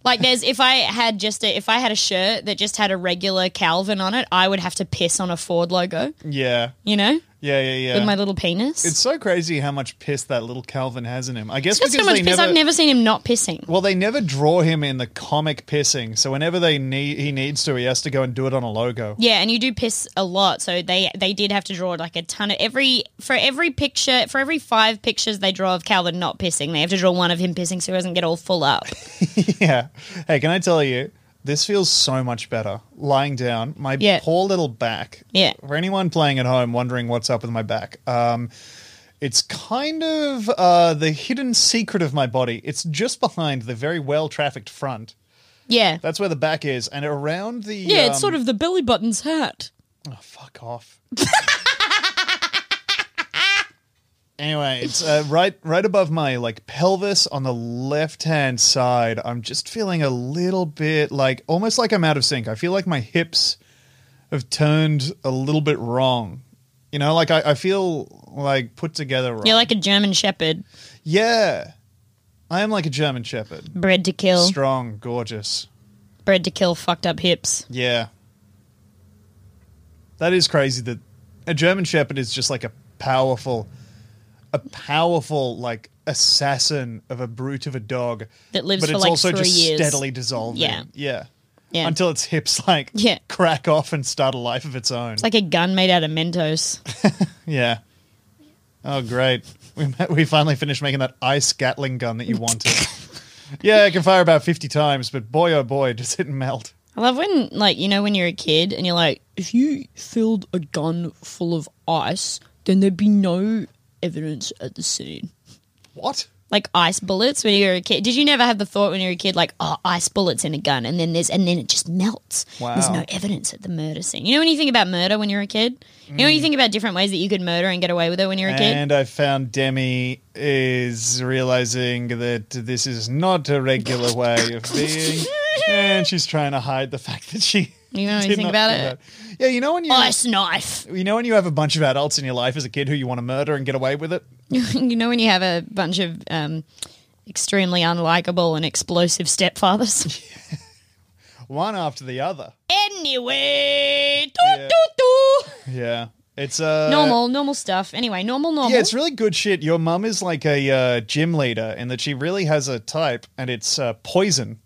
S2: Like there's if I had just a if I had a shirt that just had a regular Calvin on it, I would have to piss on a Ford logo.
S1: Yeah.
S2: You know,
S1: Yeah, yeah, yeah.
S2: with my little penis.
S1: it's so crazy how much piss that little Calvin has in him. I guess
S2: He's got
S1: because
S2: so much
S1: they
S2: piss.
S1: never,
S2: I've never seen him not pissing.
S1: Well, they never draw him in the comic pissing, so whenever they need he needs to, he has to go and do it on a logo.
S2: Yeah, and you do piss a lot, so they they did have to draw like a ton of every for every picture for every five pictures they draw of Calvin not pissing, they have to draw one of him pissing so he doesn't get all full up.
S1: Yeah. Hey, can I tell you? This feels so much better lying down. My
S2: Yeah.
S1: poor little back.
S2: Yeah.
S1: For anyone playing at home wondering what's up with my back, um, it's kind of uh, the hidden secret of my body. It's just behind the very well trafficked front.
S2: Yeah,
S1: That's where the back is, and around the
S2: yeah,
S1: um,
S2: it's sort of the belly button's hat.
S1: Oh, fuck off. anyway, it's uh, right right above my like pelvis on the left hand side. I'm just feeling a little bit like almost like I'm out of sync. I feel like my hips have turned a little bit wrong. You know, like I, I feel like put together wrong.
S2: You're like a German Shepherd,
S1: yeah. I am like a German Shepherd.
S2: bred to kill,
S1: Strong, gorgeous.
S2: bred to kill, fucked up hips.
S1: Yeah. That is crazy that a German Shepherd is just like a powerful, a powerful, like, assassin of a brute of a dog.
S2: That lives
S1: but
S2: for,
S1: it's
S2: like,
S1: also
S2: three
S1: just
S2: years.
S1: steadily dissolving.
S2: Yeah.
S1: Yeah.
S2: Yeah,
S1: Until its hips, like,
S2: Yeah.
S1: crack off and start a life of its own.
S2: it's like a gun made out of Mentos.
S1: yeah. Oh, great. We, ma- we finally finished making that ice Gatling gun that you wanted. yeah, it can fire about 50 times, but boy, oh boy, does it melt.
S2: I love when, like, you know, when you're a kid and you're like, if you filled a gun full of ice, then there'd be no evidence at the scene.
S1: What?
S2: Like ice bullets when you were a kid. Did you never have the thought when you were a kid, like, oh, ice bullets in a gun, and then there's and then it just melts. There's
S1: Wow.
S2: no evidence at the murder scene. You know when you think about murder when you're a kid, you know when
S1: Mm.
S2: you think about different ways that you could murder and get away with it when you're a kid.
S1: And I found Demi is realizing that this is not a regular way of being, and she's trying to hide the fact that she.
S2: You know what you
S1: did
S2: think
S1: not
S2: about
S1: do
S2: it? Oh,
S1: that. Yeah, you know when you
S2: Ice knife.
S1: you know when you have a bunch of adults in your life as a kid who you want to murder and get away with it.
S2: you know when you have a bunch of um, extremely unlikable and explosive stepfathers.
S1: One after the other.
S2: Anyway, doo,
S1: Yeah.
S2: doo, doo.
S1: Yeah, it's uh
S2: normal, normal stuff. Anyway, normal, normal.
S1: Yeah, it's really good shit. Your mum is like a uh, gym leader, and that she really has a type, and it's uh, poison,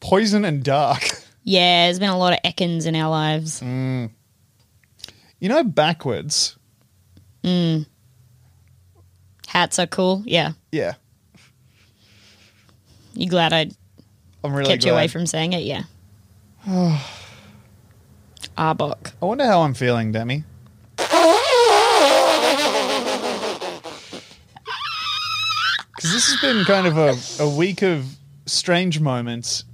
S1: poison and dark.
S2: Yeah, there's been a lot of Ekans in our lives.
S1: Mm. You know, backwards.
S2: Hats are cool. Yeah,
S1: Yeah,
S2: you glad I
S1: I'm really
S2: kept you away
S1: glad.
S2: from saying it? Yeah. Arbok.
S1: I wonder how I'm feeling, Demi. Because this has been kind of a, a week of strange moments.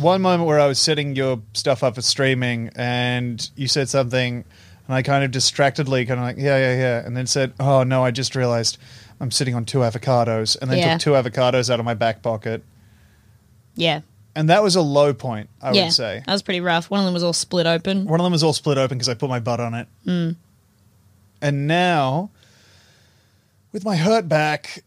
S1: One moment where I was setting your stuff up for streaming and you said something, and I kind of distractedly, kind of like, yeah, yeah, yeah, and then said, oh no, I just realized I'm sitting on two avocados, and then
S2: Yeah.
S1: took two avocados out of my back pocket.
S2: Yeah.
S1: And that was a low point, I
S2: yeah.
S1: would say.
S2: That was pretty rough. One of them was all split open.
S1: One of them was all split open because I put my butt on it.
S2: Mm.
S1: And now, with my hurt back,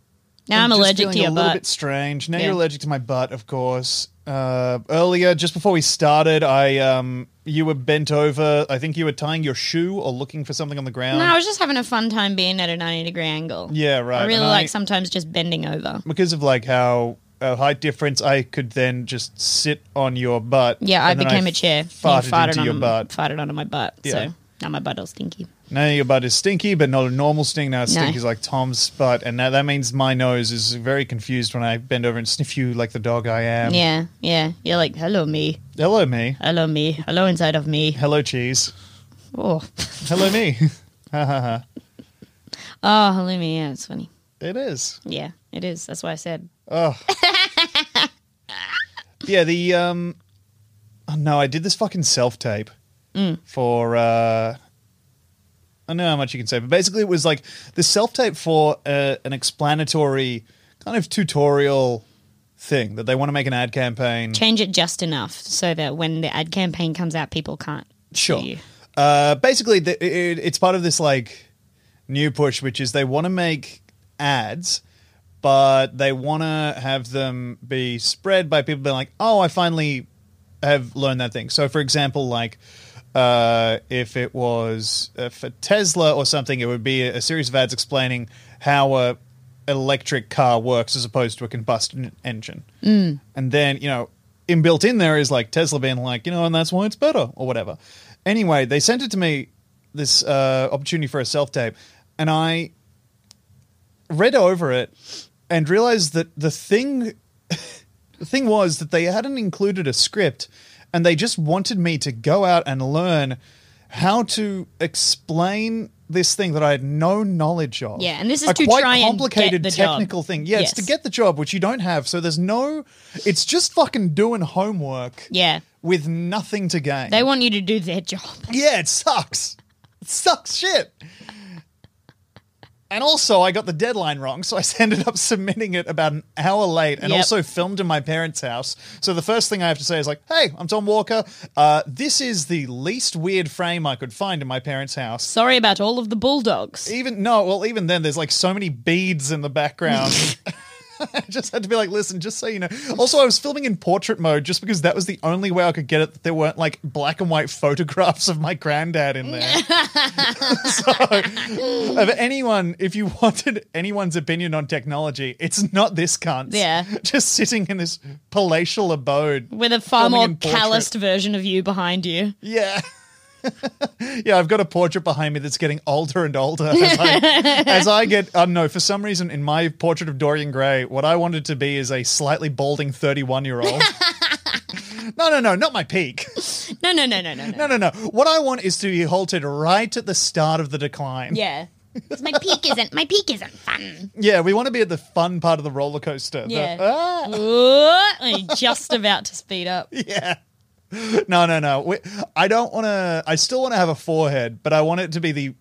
S2: Now I'm
S1: just
S2: allergic
S1: feeling
S2: to your
S1: a little
S2: butt.
S1: bit strange. Now
S2: Yeah.
S1: you're allergic to my butt, of course. Uh, earlier, just before we started, I um, you were bent over. I think you were tying your shoe or looking for something on the ground.
S2: No, I was just having a fun time being at a 90 degree angle.
S1: Yeah, right,
S2: I really
S1: and
S2: like
S1: I-
S2: sometimes just bending over.
S1: because of like how uh, height difference, I could then just sit on your butt.
S2: Yeah, I
S1: and then
S2: became a chair. and
S1: Farted,
S2: farted
S1: into
S2: on
S1: your
S2: my-
S1: butt.
S2: Farted onto my butt.
S1: Yeah.
S2: So Now my butt all stinky.
S1: Now your butt is stinky, but not a normal stink. Now it's
S2: No.
S1: stinky like Tom's butt, and now that means my nose is very confused when I bend over and sniff you like the dog I am.
S2: yeah, yeah. You're like, hello me,
S1: Hello me.
S2: hello me, hello inside of me.
S1: Hello cheese.
S2: Oh,
S1: Hello me.
S2: oh, hello me. Yeah, it's funny.
S1: it is.
S2: Yeah, it is. That's why I said.
S1: Yeah. The um. Oh no, I did this fucking self tape
S2: Mm.
S1: for. uh I don't know how much you can say, but basically it was like the self tape for uh, an explanatory kind of tutorial thing that they want to make an ad campaign.
S2: Change it just enough so that when the ad campaign comes out, people can't.
S1: Sure.
S2: you.
S1: Uh, basically, the, it, it's part of this like new push, which is they want to make ads, but they want to have them be spread by people being like, "Oh, I finally have learned that thing." So, for example, like uh, if it was uh, for Tesla or something, it would be a, a series of ads explaining how a electric car works as opposed to a combustion engine. Mm. And then, you know, inbuilt in there is like Tesla being like, you know, and that's why it's better or whatever. Anyway, they sent it to me this uh, opportunity for a self tape, and I read over it and realized that the thing the thing was that they hadn't included a script and they just wanted me to go out and learn how to explain this thing that I had no knowledge of.
S2: Yeah, and this is
S1: a
S2: to
S1: quite
S2: try and get
S1: complicated
S2: the job.
S1: technical thing. Yeah, it's to
S2: Yes.
S1: get the job which you don't have. So there's no it's just fucking doing homework
S2: Yeah.
S1: with nothing to gain.
S2: They want you to do their job.
S1: Yeah, it sucks. It sucks shit. And also, I got the deadline wrong, so I ended up submitting it about an hour late, and
S2: Yep.
S1: also filmed in my parents' house. So the first thing I have to say is like, "Hey, I'm Tom Walker. Uh, this is the least weird frame I could find in my parents' house."
S2: Sorry about all of the bulldogs.
S1: Even no, well, even then, there's like so many beads in the background. I just had to be like, listen, just so you know. Also, I was filming in portrait mode just because that was the only way I could get it. That there weren't like black and white photographs of my granddad in there. so, of anyone, if you wanted anyone's opinion on technology, it's not this cunt.
S2: Yeah.
S1: just sitting in this palatial abode
S2: With a far
S1: Filming
S2: more
S1: in portrait.
S2: calloused version of you behind you.
S1: yeah. yeah, I've got a portrait behind me that's getting older and older as I, as I get. I don't know. For some reason, in my portrait of Dorian Gray, what I wanted to be is a slightly balding 31 year old. no, no, no, not my peak.
S2: No, no, no, no, no, no.
S1: No, no, no. What I want is to be halted right at the start of the decline.
S2: Yeah.
S3: 'Cause my peak isn't my peak isn't fun.
S1: Yeah, we want to be at the fun part of the roller coaster. The-
S2: Yeah.
S1: ah!
S2: Ooh, just about to speed up.
S1: Yeah. No, no, no. We, I don't want to. I still want to have a forehead, but I want it to be the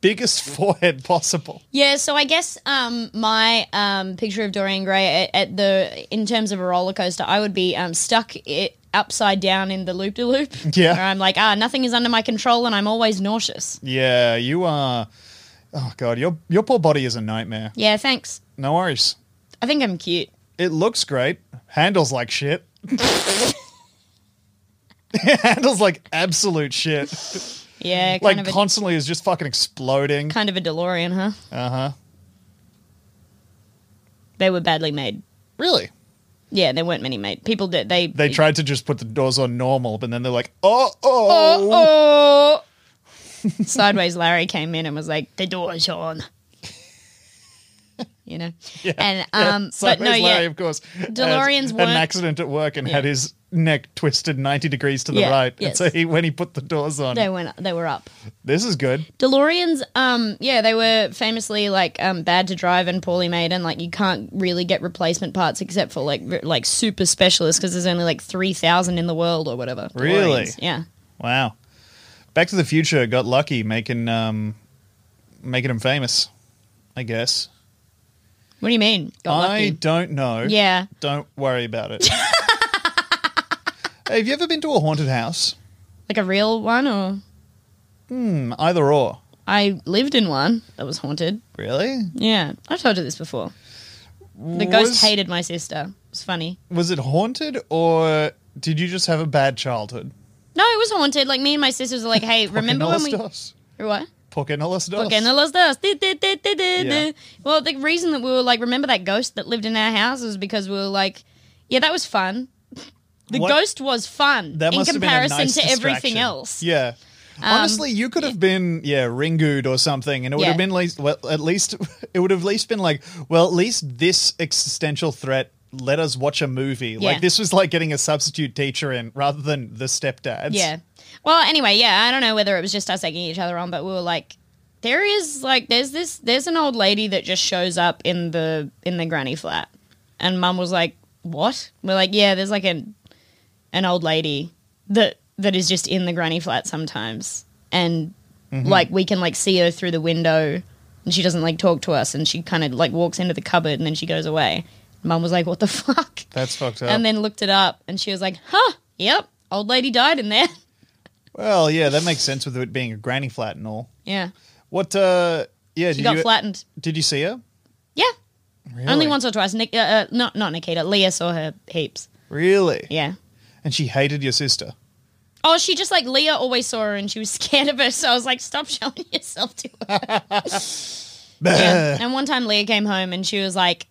S1: biggest forehead possible.
S2: Yeah, so I guess um, my um, picture of Dorian Gray at, at the in terms of a roller coaster, I would be um, stuck it upside down in the loop de loop.
S1: Yeah.
S2: where I'm like, ah, nothing is under my control, and I'm always nauseous.
S1: Yeah, you are. Oh god, your your poor body is a nightmare.
S2: Yeah, thanks.
S1: No worries.
S2: I think I'm cute.
S1: It looks great. Handles like shit. Handles like absolute shit.
S2: Yeah, kind
S1: Like
S2: of a
S1: constantly is just fucking exploding.
S2: kind of a DeLorean, huh? Uh huh.
S1: Uh-huh.
S2: They were badly made.
S1: Really?
S2: Yeah, there weren't many made. People did they
S1: They tried to just put the doors on normal, but then they're like, oh, oh,
S2: Oh, oh. Sideways Larry came in and was like, "The door's on." You know, and um, but
S1: Sideways
S2: no,
S1: Larry,
S2: yeah,
S1: of course. had
S2: DeLoreans
S1: an
S2: weren't-
S1: accident at work and had his neck twisted ninety degrees to the
S2: Yeah,
S1: right.
S2: yes.
S1: And so he, when he put the doors on,
S2: they went, they were up.
S1: this is good.
S2: DeLoreans, um, yeah, they were famously like um, bad to drive and poorly made, and like you can't really get replacement parts except for like r- like super specialists because there's only like three thousand in the world or whatever.
S1: Really?
S2: DeLoreans, Yeah.
S1: Wow. Back to the Future got lucky making um making him famous, I guess.
S2: What do you mean? Got
S1: I
S2: lucky.
S1: don't know.
S2: Yeah.
S1: Don't worry about it. Have you ever been to a haunted house?
S2: Like a real one, or
S1: Mm, Either or.
S2: I lived in one that was haunted.
S1: Really?
S2: Yeah, I've told you this before. The
S1: Was-
S2: ghost hated my sister. It was funny.
S1: Was it haunted or did you just have a bad childhood?
S2: No, it was haunted. Like me and my sisters were like, "Hey, remember
S1: Porque no
S2: when
S1: los
S2: we
S1: dos.
S2: what?"
S1: Porque no los dos.
S2: Okay, no los dos. Di- di- di- di-
S1: Yeah.
S2: di- di. Well, the reason that we were like, remember that ghost that lived in our house was because we were like, yeah, that was fun. The
S1: What-
S2: ghost was fun
S1: That
S2: in
S1: must have been a
S2: comparison
S1: nice
S2: to everything
S1: distraction.
S2: else. Um,
S1: Yeah. Honestly, you could have been yeah Ringu'd or something, and it would
S2: Yeah.
S1: have been least well at least it would have at least been like well at least this existential threat let us watch a movie.
S2: Yeah.
S1: Like this was like getting a substitute teacher in rather than the stepdads.
S2: Yeah. Well, anyway, yeah, I don't know whether it was just us egging each other on, but we were like, there is like, there's this, there's an old lady that just shows up in the in the granny flat, and Mum was like, what? We're like, yeah, there's like an an old lady that that is just in the granny flat sometimes, and like we can like see her through the window, and she doesn't like talk to us, and she kind of like walks into the cupboard, and then she goes away. Mum was like, what the fuck?
S1: that's fucked up.
S2: and then looked it up and she was like, huh, yep, old lady died in there.
S1: well, yeah, that makes sense with it being a granny flat and all.
S2: Yeah.
S1: What? uh Yeah,
S2: She
S1: did
S2: got
S1: you
S2: flattened.
S1: did you see her?
S2: Yeah. Only
S1: Really?
S2: once or twice. Nik- uh, uh, not, not Nikita. Leah saw her heaps.
S1: Really?
S2: Yeah.
S1: And she hated your sister.
S2: Oh, she just like Leah always saw her and she was scared of her. So I was like, stop showing yourself to her. Yeah. And one time Leah came home and she was like,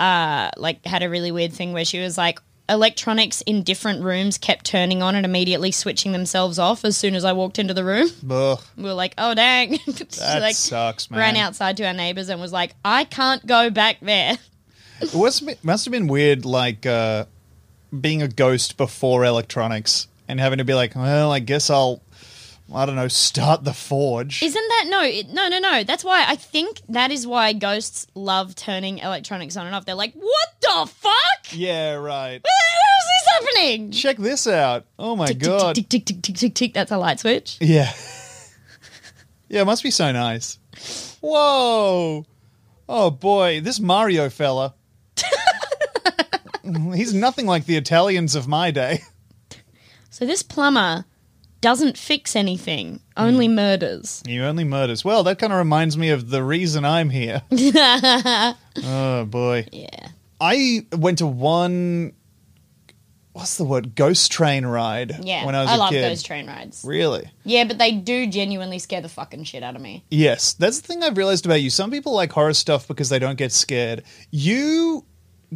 S2: uh, like had a really weird thing where she was like, electronics in different rooms kept turning on and immediately switching themselves off as soon as I walked into the room.
S1: Ugh,
S2: We were like, oh dang. She,
S1: that
S2: like,
S1: sucks, man.
S2: ran outside to our neighbors and was like, I can't go back there.
S1: It was, must have been weird, like uh, being a ghost before electronics and having to be like, well, I guess I'll, I don't know, start the forge.
S2: Isn't that no, it, no, no, no. That's why I think that is why ghosts love turning electronics on and off. They're like, what the fuck?
S1: yeah, right.
S2: What is happening?
S1: Check this out. Oh my
S2: Tick, tick,
S1: god.
S2: Tick, tick, tick, tick, tick, tick, tick. That's a light switch.
S1: Yeah. yeah, it must be so nice. Whoa. Oh boy, this Mario fella. He's nothing like the Italians of my day.
S2: So this plumber doesn't fix anything, only
S1: Mm.
S2: murders.
S1: You only murders. Well, that kind of reminds me of the reason I'm here. oh boy.
S2: Yeah.
S1: I went to one. What's the word? Ghost train ride.
S2: Yeah.
S1: When I was a
S2: love
S1: kid.
S2: those train rides.
S1: Really?
S2: Yeah, but they do genuinely scare the fucking shit out of me.
S1: Yes, that's the thing I've realized about you. Some people like horror stuff because they don't get scared. You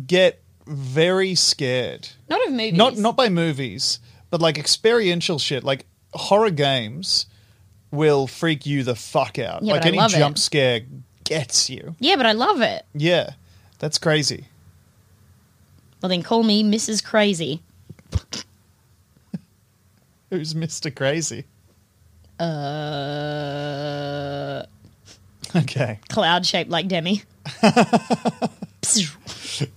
S1: get very scared.
S2: Not of movies.
S1: Not not by movies, but like experiential shit, like horror games will freak you the fuck out.
S2: Yeah,
S1: like
S2: but I
S1: any
S2: love it.
S1: jump scare gets you.
S2: Yeah, but I love it.
S1: Yeah. That's crazy.
S2: Well, then call me Mrs. Crazy.
S1: Who's Mr. Crazy?
S2: Uh,
S1: Okay.
S2: cloud shaped like Demi.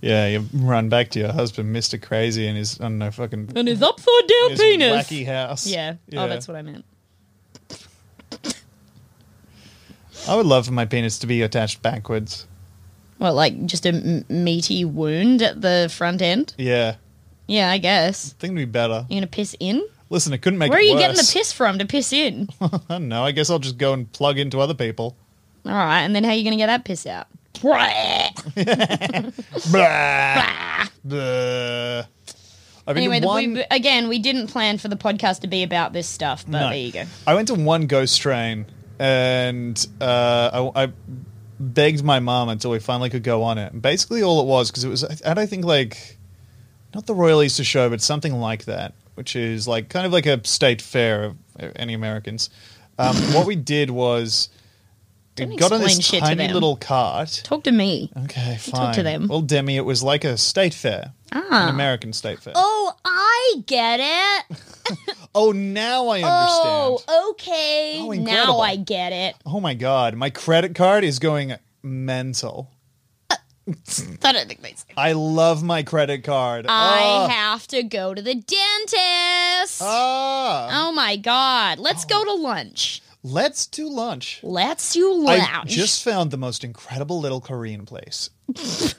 S1: Yeah, you run back to your husband, Mr. Crazy, and his I don't know, fucking
S2: and his upside down
S1: his
S2: penis.
S1: wacky house.
S2: Yeah. Oh, that's what I meant.
S1: I would love for my penis to be attached backwards.
S2: Well, like just a m- meaty wound at the front end.
S1: Yeah,
S2: Yeah, I
S1: I
S2: guess.
S1: think it'd be better.
S2: You're gonna piss in?
S1: Listen, it couldn't make.
S2: Where are
S1: it
S2: you
S1: worse.
S2: getting the piss from to piss in? All
S1: I don't know. I guess I'll just go and plug into other people.
S2: right, and then how are you gonna get that piss out?
S1: Blah. Blah. I mean,
S2: Anyway, the,
S1: one.
S2: we, again, we didn't plan for the podcast to be about this stuff, but
S1: no.
S2: there you go.
S1: I went to one ghost train, and uh, I, I begged my mom until we finally could go on it. And basically, all it was because it was, and I think like, not the Royal Easter Show, but something like that, which is like kind of like a state fair of uh, any Americans. Um, what we did was.
S2: Don't
S1: we got on this
S2: explain shit to
S1: tiny
S2: them.
S1: little cart.
S2: Talk to me.
S1: Okay, fine.
S2: talk to them. Ah.
S1: Well, Demi, it was like a state fair, an American state fair. Oh,
S3: Oh, I get it.
S1: now I understand.
S3: Oh,
S1: Oh,
S3: okay.
S1: How
S2: Now
S1: incredible.
S2: I get it.
S1: my god, my credit card is going mental.
S2: I don't think they say.
S1: I love my credit card.
S2: I
S1: Ah,
S2: have to go to the dentist.
S1: ah.
S2: Oh my god. Let's go to lunch.
S1: let's do lunch.
S2: Let's do
S1: I
S2: lunch.
S1: just found the most incredible little Korean place.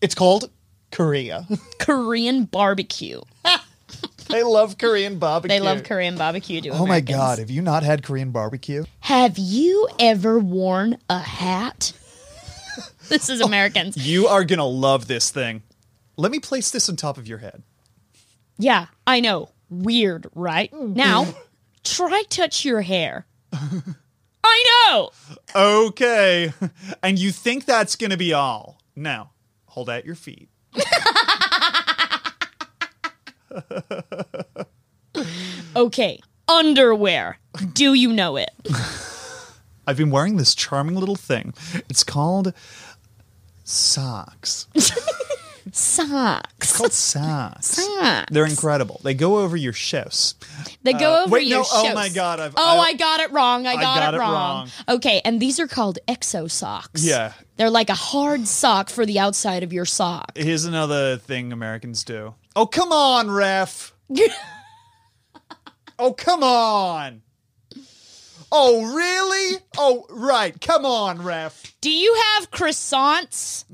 S1: it's called Korea.
S2: Korean barbecue.
S1: they love Korean barbecue.
S2: They love Korean barbecue too.
S1: Oh my god, have you not had Korean barbecue?
S2: Have you ever worn a hat? this
S1: Oh,
S2: is Americans.
S1: You are gonna love this thing. Let me place this on top of your head.
S2: Yeah, I know. Weird, right?
S1: Mm-hmm.
S2: Now, try touch your hair. I know.
S1: Okay. And you think that's going to be all. Now, hold out your feet.
S2: Okay, underwear. Do you know it?
S1: I've been wearing this charming little thing. It's called socks. It's
S2: Socks.
S1: called socks.
S2: Socks.
S1: They're incredible. They go over your shifts.
S2: They go over
S1: wait,
S2: your
S1: no, oh
S2: shoes.
S1: my God, I've-
S2: oh,
S1: I-
S2: I got it wrong. I got,
S1: got
S2: it,
S1: it
S2: wrong. Okay, and these are called exo socks.
S1: Yeah.
S2: They're like a hard sock for the outside of your sock.
S1: Here's another thing Americans do. Oh, come on, ref. oh, come on. Oh, really? Oh, right. Come on, ref.
S2: Do you have croissants?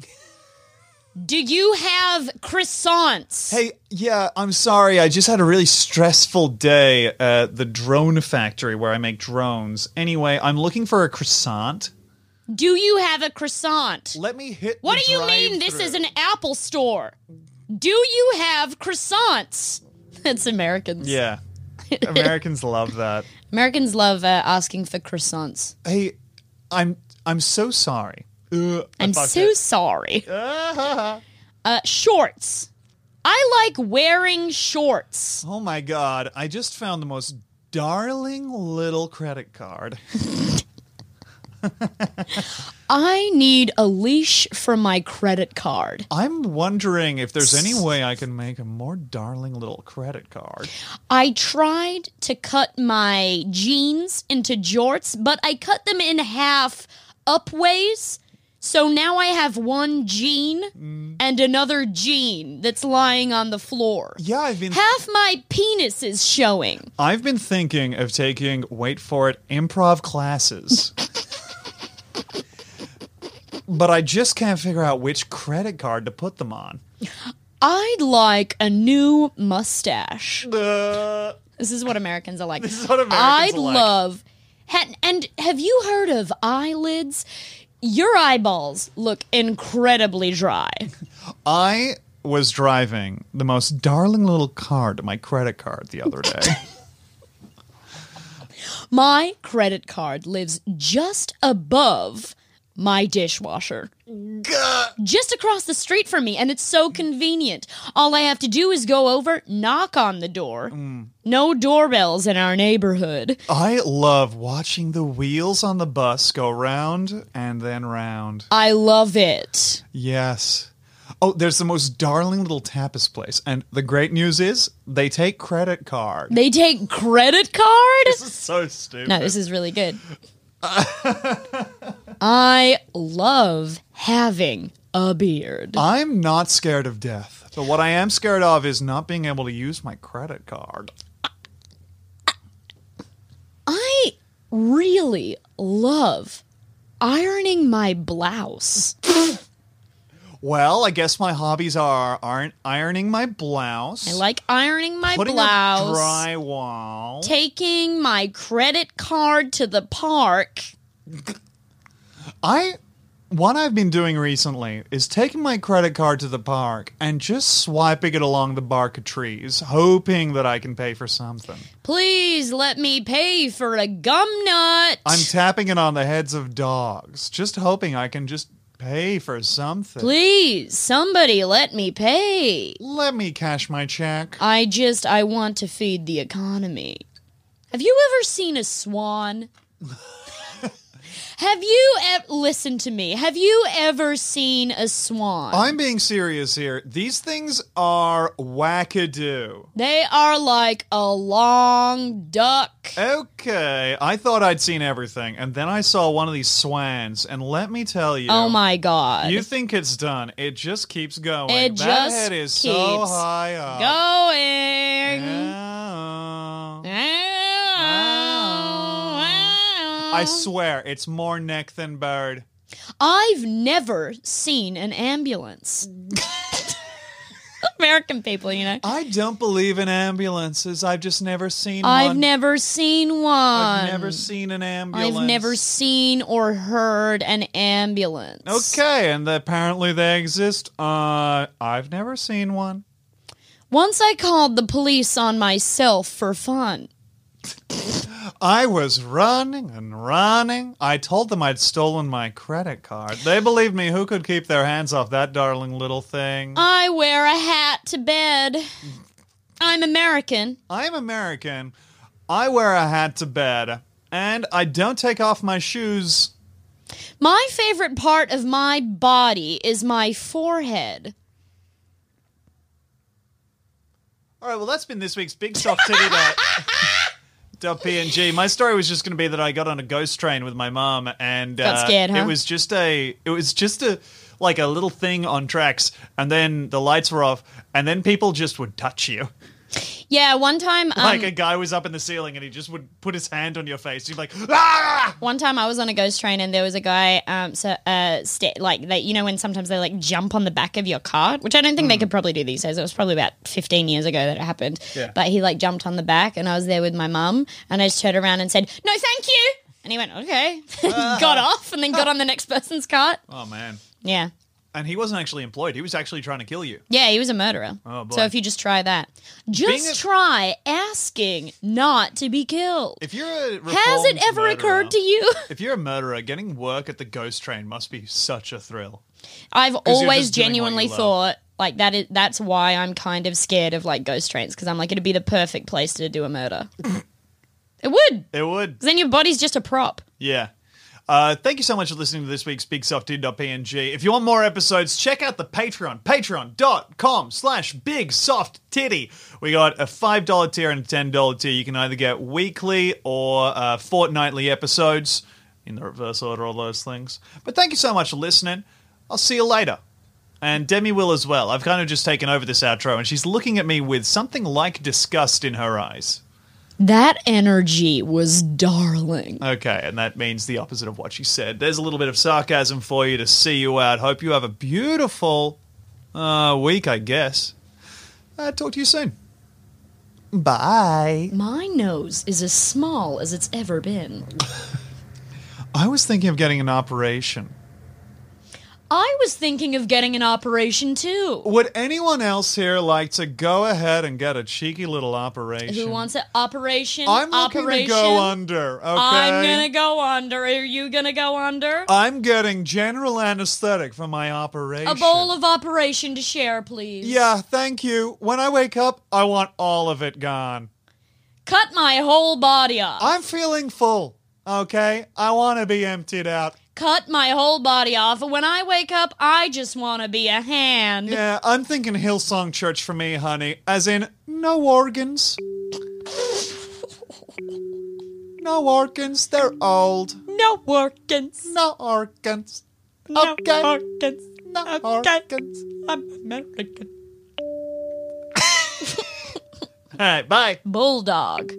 S2: Do you have croissants?
S1: Hey, yeah, I'm sorry. I just had a really stressful day at the drone factory where I make drones. Anyway, I'm looking for a croissant.
S2: Do you have a croissant?
S1: Let me hit.
S2: What
S1: the
S2: do you mean this
S1: drive-thru.
S2: is an Apple store? Do you have croissants? That's Americans.
S1: Yeah, Americans love that.
S2: Americans love uh, asking for croissants.
S1: Hey, I'm I'm so sorry. Ugh, I
S2: I'm
S1: fucked
S2: so
S1: it.
S2: sorry. uh, shorts. I like wearing shorts.
S1: Oh my god, I just found the most darling little credit card.
S2: I need a leash for my credit card.
S1: I'm wondering if there's any way I can make a more darling little credit card.
S2: I tried to cut my jeans into jorts, but I cut them in half up ways. So now I have one jean
S1: Mm.
S2: and another jean that's lying on the floor.
S1: Yeah, I've been
S2: Half my penis is showing.
S1: I've been thinking of taking wait for it improv classes. but I just can't figure out which credit card to put them on.
S2: I'd like a new mustache.
S1: Uh,
S2: This is what Americans are like. This
S1: is what Americans
S2: I'd
S1: are like.
S2: love. ha- And have you heard of eyelids? Your eyeballs look incredibly dry.
S1: I was driving the most darling little car to my credit card the other day.
S2: My credit card lives just above my dishwasher. Just across the street from me, and it's so convenient. All I have to do is go over, knock on the door.
S1: Mm.
S2: No doorbells in our neighborhood.
S1: I love watching the wheels on the bus go round and then round.
S2: I love it.
S1: Yes. Oh, there's the most darling little tapas place. And the great news is they take credit card.
S2: They take credit card?
S1: This is so stupid.
S2: No, this is really good. I love having a beard.
S1: I'm not scared of death, but what I am scared of is not being able to use my credit card.
S2: I really love ironing my blouse.
S1: Well, I guess my hobbies are aren't ironing my blouse,
S2: I like ironing my
S1: putting
S2: blouse,
S1: up drywall,
S2: taking my credit card to the park.
S1: I what I've been doing recently is taking my credit card to the park and just swiping it along the bark of trees, hoping that I can pay for something.
S2: Please let me pay for a gum nut.
S1: I'm tapping it on the heads of dogs, just hoping I can just pay for something.
S2: Please, somebody let me pay.
S1: Let me cash my check.
S2: I just I want to feed the economy. Have you ever seen a swan? Have you ever listen to me? Have you ever seen a swan?
S1: I'm being serious here. These things are wackadoo.
S2: they are like a long duck.
S1: Okay, I thought I'd seen everything, and then I saw one of these swans, and let me tell you.
S2: Oh my god.
S1: You think it's done. It just keeps going.
S2: It
S1: that
S2: just
S1: head is so
S2: keeps
S1: high up.
S2: Going.
S1: Yeah. I
S2: I
S1: swear, it's more neck than bird.
S2: I've never seen an ambulance. American people, you know.
S1: I don't believe in ambulances. I've just never seen
S2: I've
S1: one.
S2: never seen one.
S1: I've never seen an ambulance.
S2: I've never seen or heard an ambulance.
S1: Okay, and apparently they exist. Uh, I've never seen one.
S2: Once I called the police on myself for fun.
S1: I was running and running. I told them I'd stolen my credit card. They believed me. Who could keep their hands off that darling little thing?
S2: I wear a hat to bed. I'm American.
S1: I'm American. I wear a hat to bed, and I don't take off my shoes.
S2: My favorite part of my body is my forehead.
S1: All right, well, that's been this week's Big Soft Titty dot, dot PNG. My story was just going to be that I got on a ghost train with my mom, and uh,
S2: Got scared, huh?
S1: it was just a, it was just a, like a little thing on tracks, and then the lights were off, and then people just would touch you.
S2: Yeah, one time, um,
S1: Like a guy was up in the ceiling, and he just would put his hand on your face. He'd be like, ah!
S2: one time I was on a ghost train and there was a guy, um, so uh, sta like they, you know, when sometimes they like jump on the back of your cart, which I don't think
S1: Hmm.
S2: they could probably do these days. It was probably about fifteen years ago that it happened.
S1: Yeah.
S2: But he like jumped on the back, and I was there with my mum, and I just turned around and said, "No, thank you." And he went, "Okay," got
S1: Ah.
S2: off, and then got on the next person's cart.
S1: Oh man!
S2: Yeah.
S1: And he wasn't actually employed; he was actually trying to kill you.
S2: Yeah, he was a murderer.
S1: Oh, boy.
S2: So if you just try that,
S1: Being
S2: just
S1: a-
S2: try asking not to be killed.
S1: If you're a reformed
S2: Has it ever
S1: murderer-
S2: occurred to you?
S1: If you're a murderer, getting work at the ghost train must be such a thrill.
S2: I've
S1: you're
S2: always
S1: just doing what
S2: genuinely
S1: you love.
S2: thought like that is that's why I'm kind of scared of like ghost trains because I'm like it'd be the perfect place to do a murder. it would. 'Cause
S1: It would.
S2: Then your body's just a prop.
S1: Yeah. Uh, thank you so much for listening to this week's Big Soft Titty.png. If you want more episodes, check out the Patreon, patreon.com slash Big Soft Titty. We got a $5 tier and a $10 tier. You can either get weekly or uh, fortnightly episodes in the reverse order, all those things. But thank you so much for listening. I'll see you later. And Demi will as well. I've kind of just taken over this outro, and she's looking at me with something like disgust in her eyes.
S2: That energy was darling.
S1: Okay, and that means the opposite of what she said. There's a little bit of sarcasm for you to see you out. Hope you have a beautiful uh, week, I guess. Uh, talk to you soon. Bye.
S2: My nose is as small as it's ever been.
S1: I was thinking of getting an operation.
S2: I was thinking of getting an operation too.
S1: Would anyone else here like to go ahead and get a cheeky little operation?
S2: Who wants an operation?
S1: I'm looking
S2: operation.
S1: to go under. Okay.
S2: I'm gonna go under. Are you gonna go under?
S1: I'm getting general anesthetic for my operation.
S2: a bowl of operation to share, please.
S1: Yeah, thank you. When I wake up, I want all of it gone.
S2: Cut my whole body off.
S1: I'm feeling full. Okay, I want to be emptied out.
S2: Cut my whole body off. When I wake up, I just want to be a hand.
S1: Yeah, Uh, I'm thinking Hillsong Church for me, honey. As in, no organs. No organs. They're old.
S2: No organs.
S1: No organs.
S2: No
S1: Okay.
S2: organs.
S1: No
S2: Okay.
S1: organs.
S2: I'm American.
S1: All right, bye.
S2: Bulldog.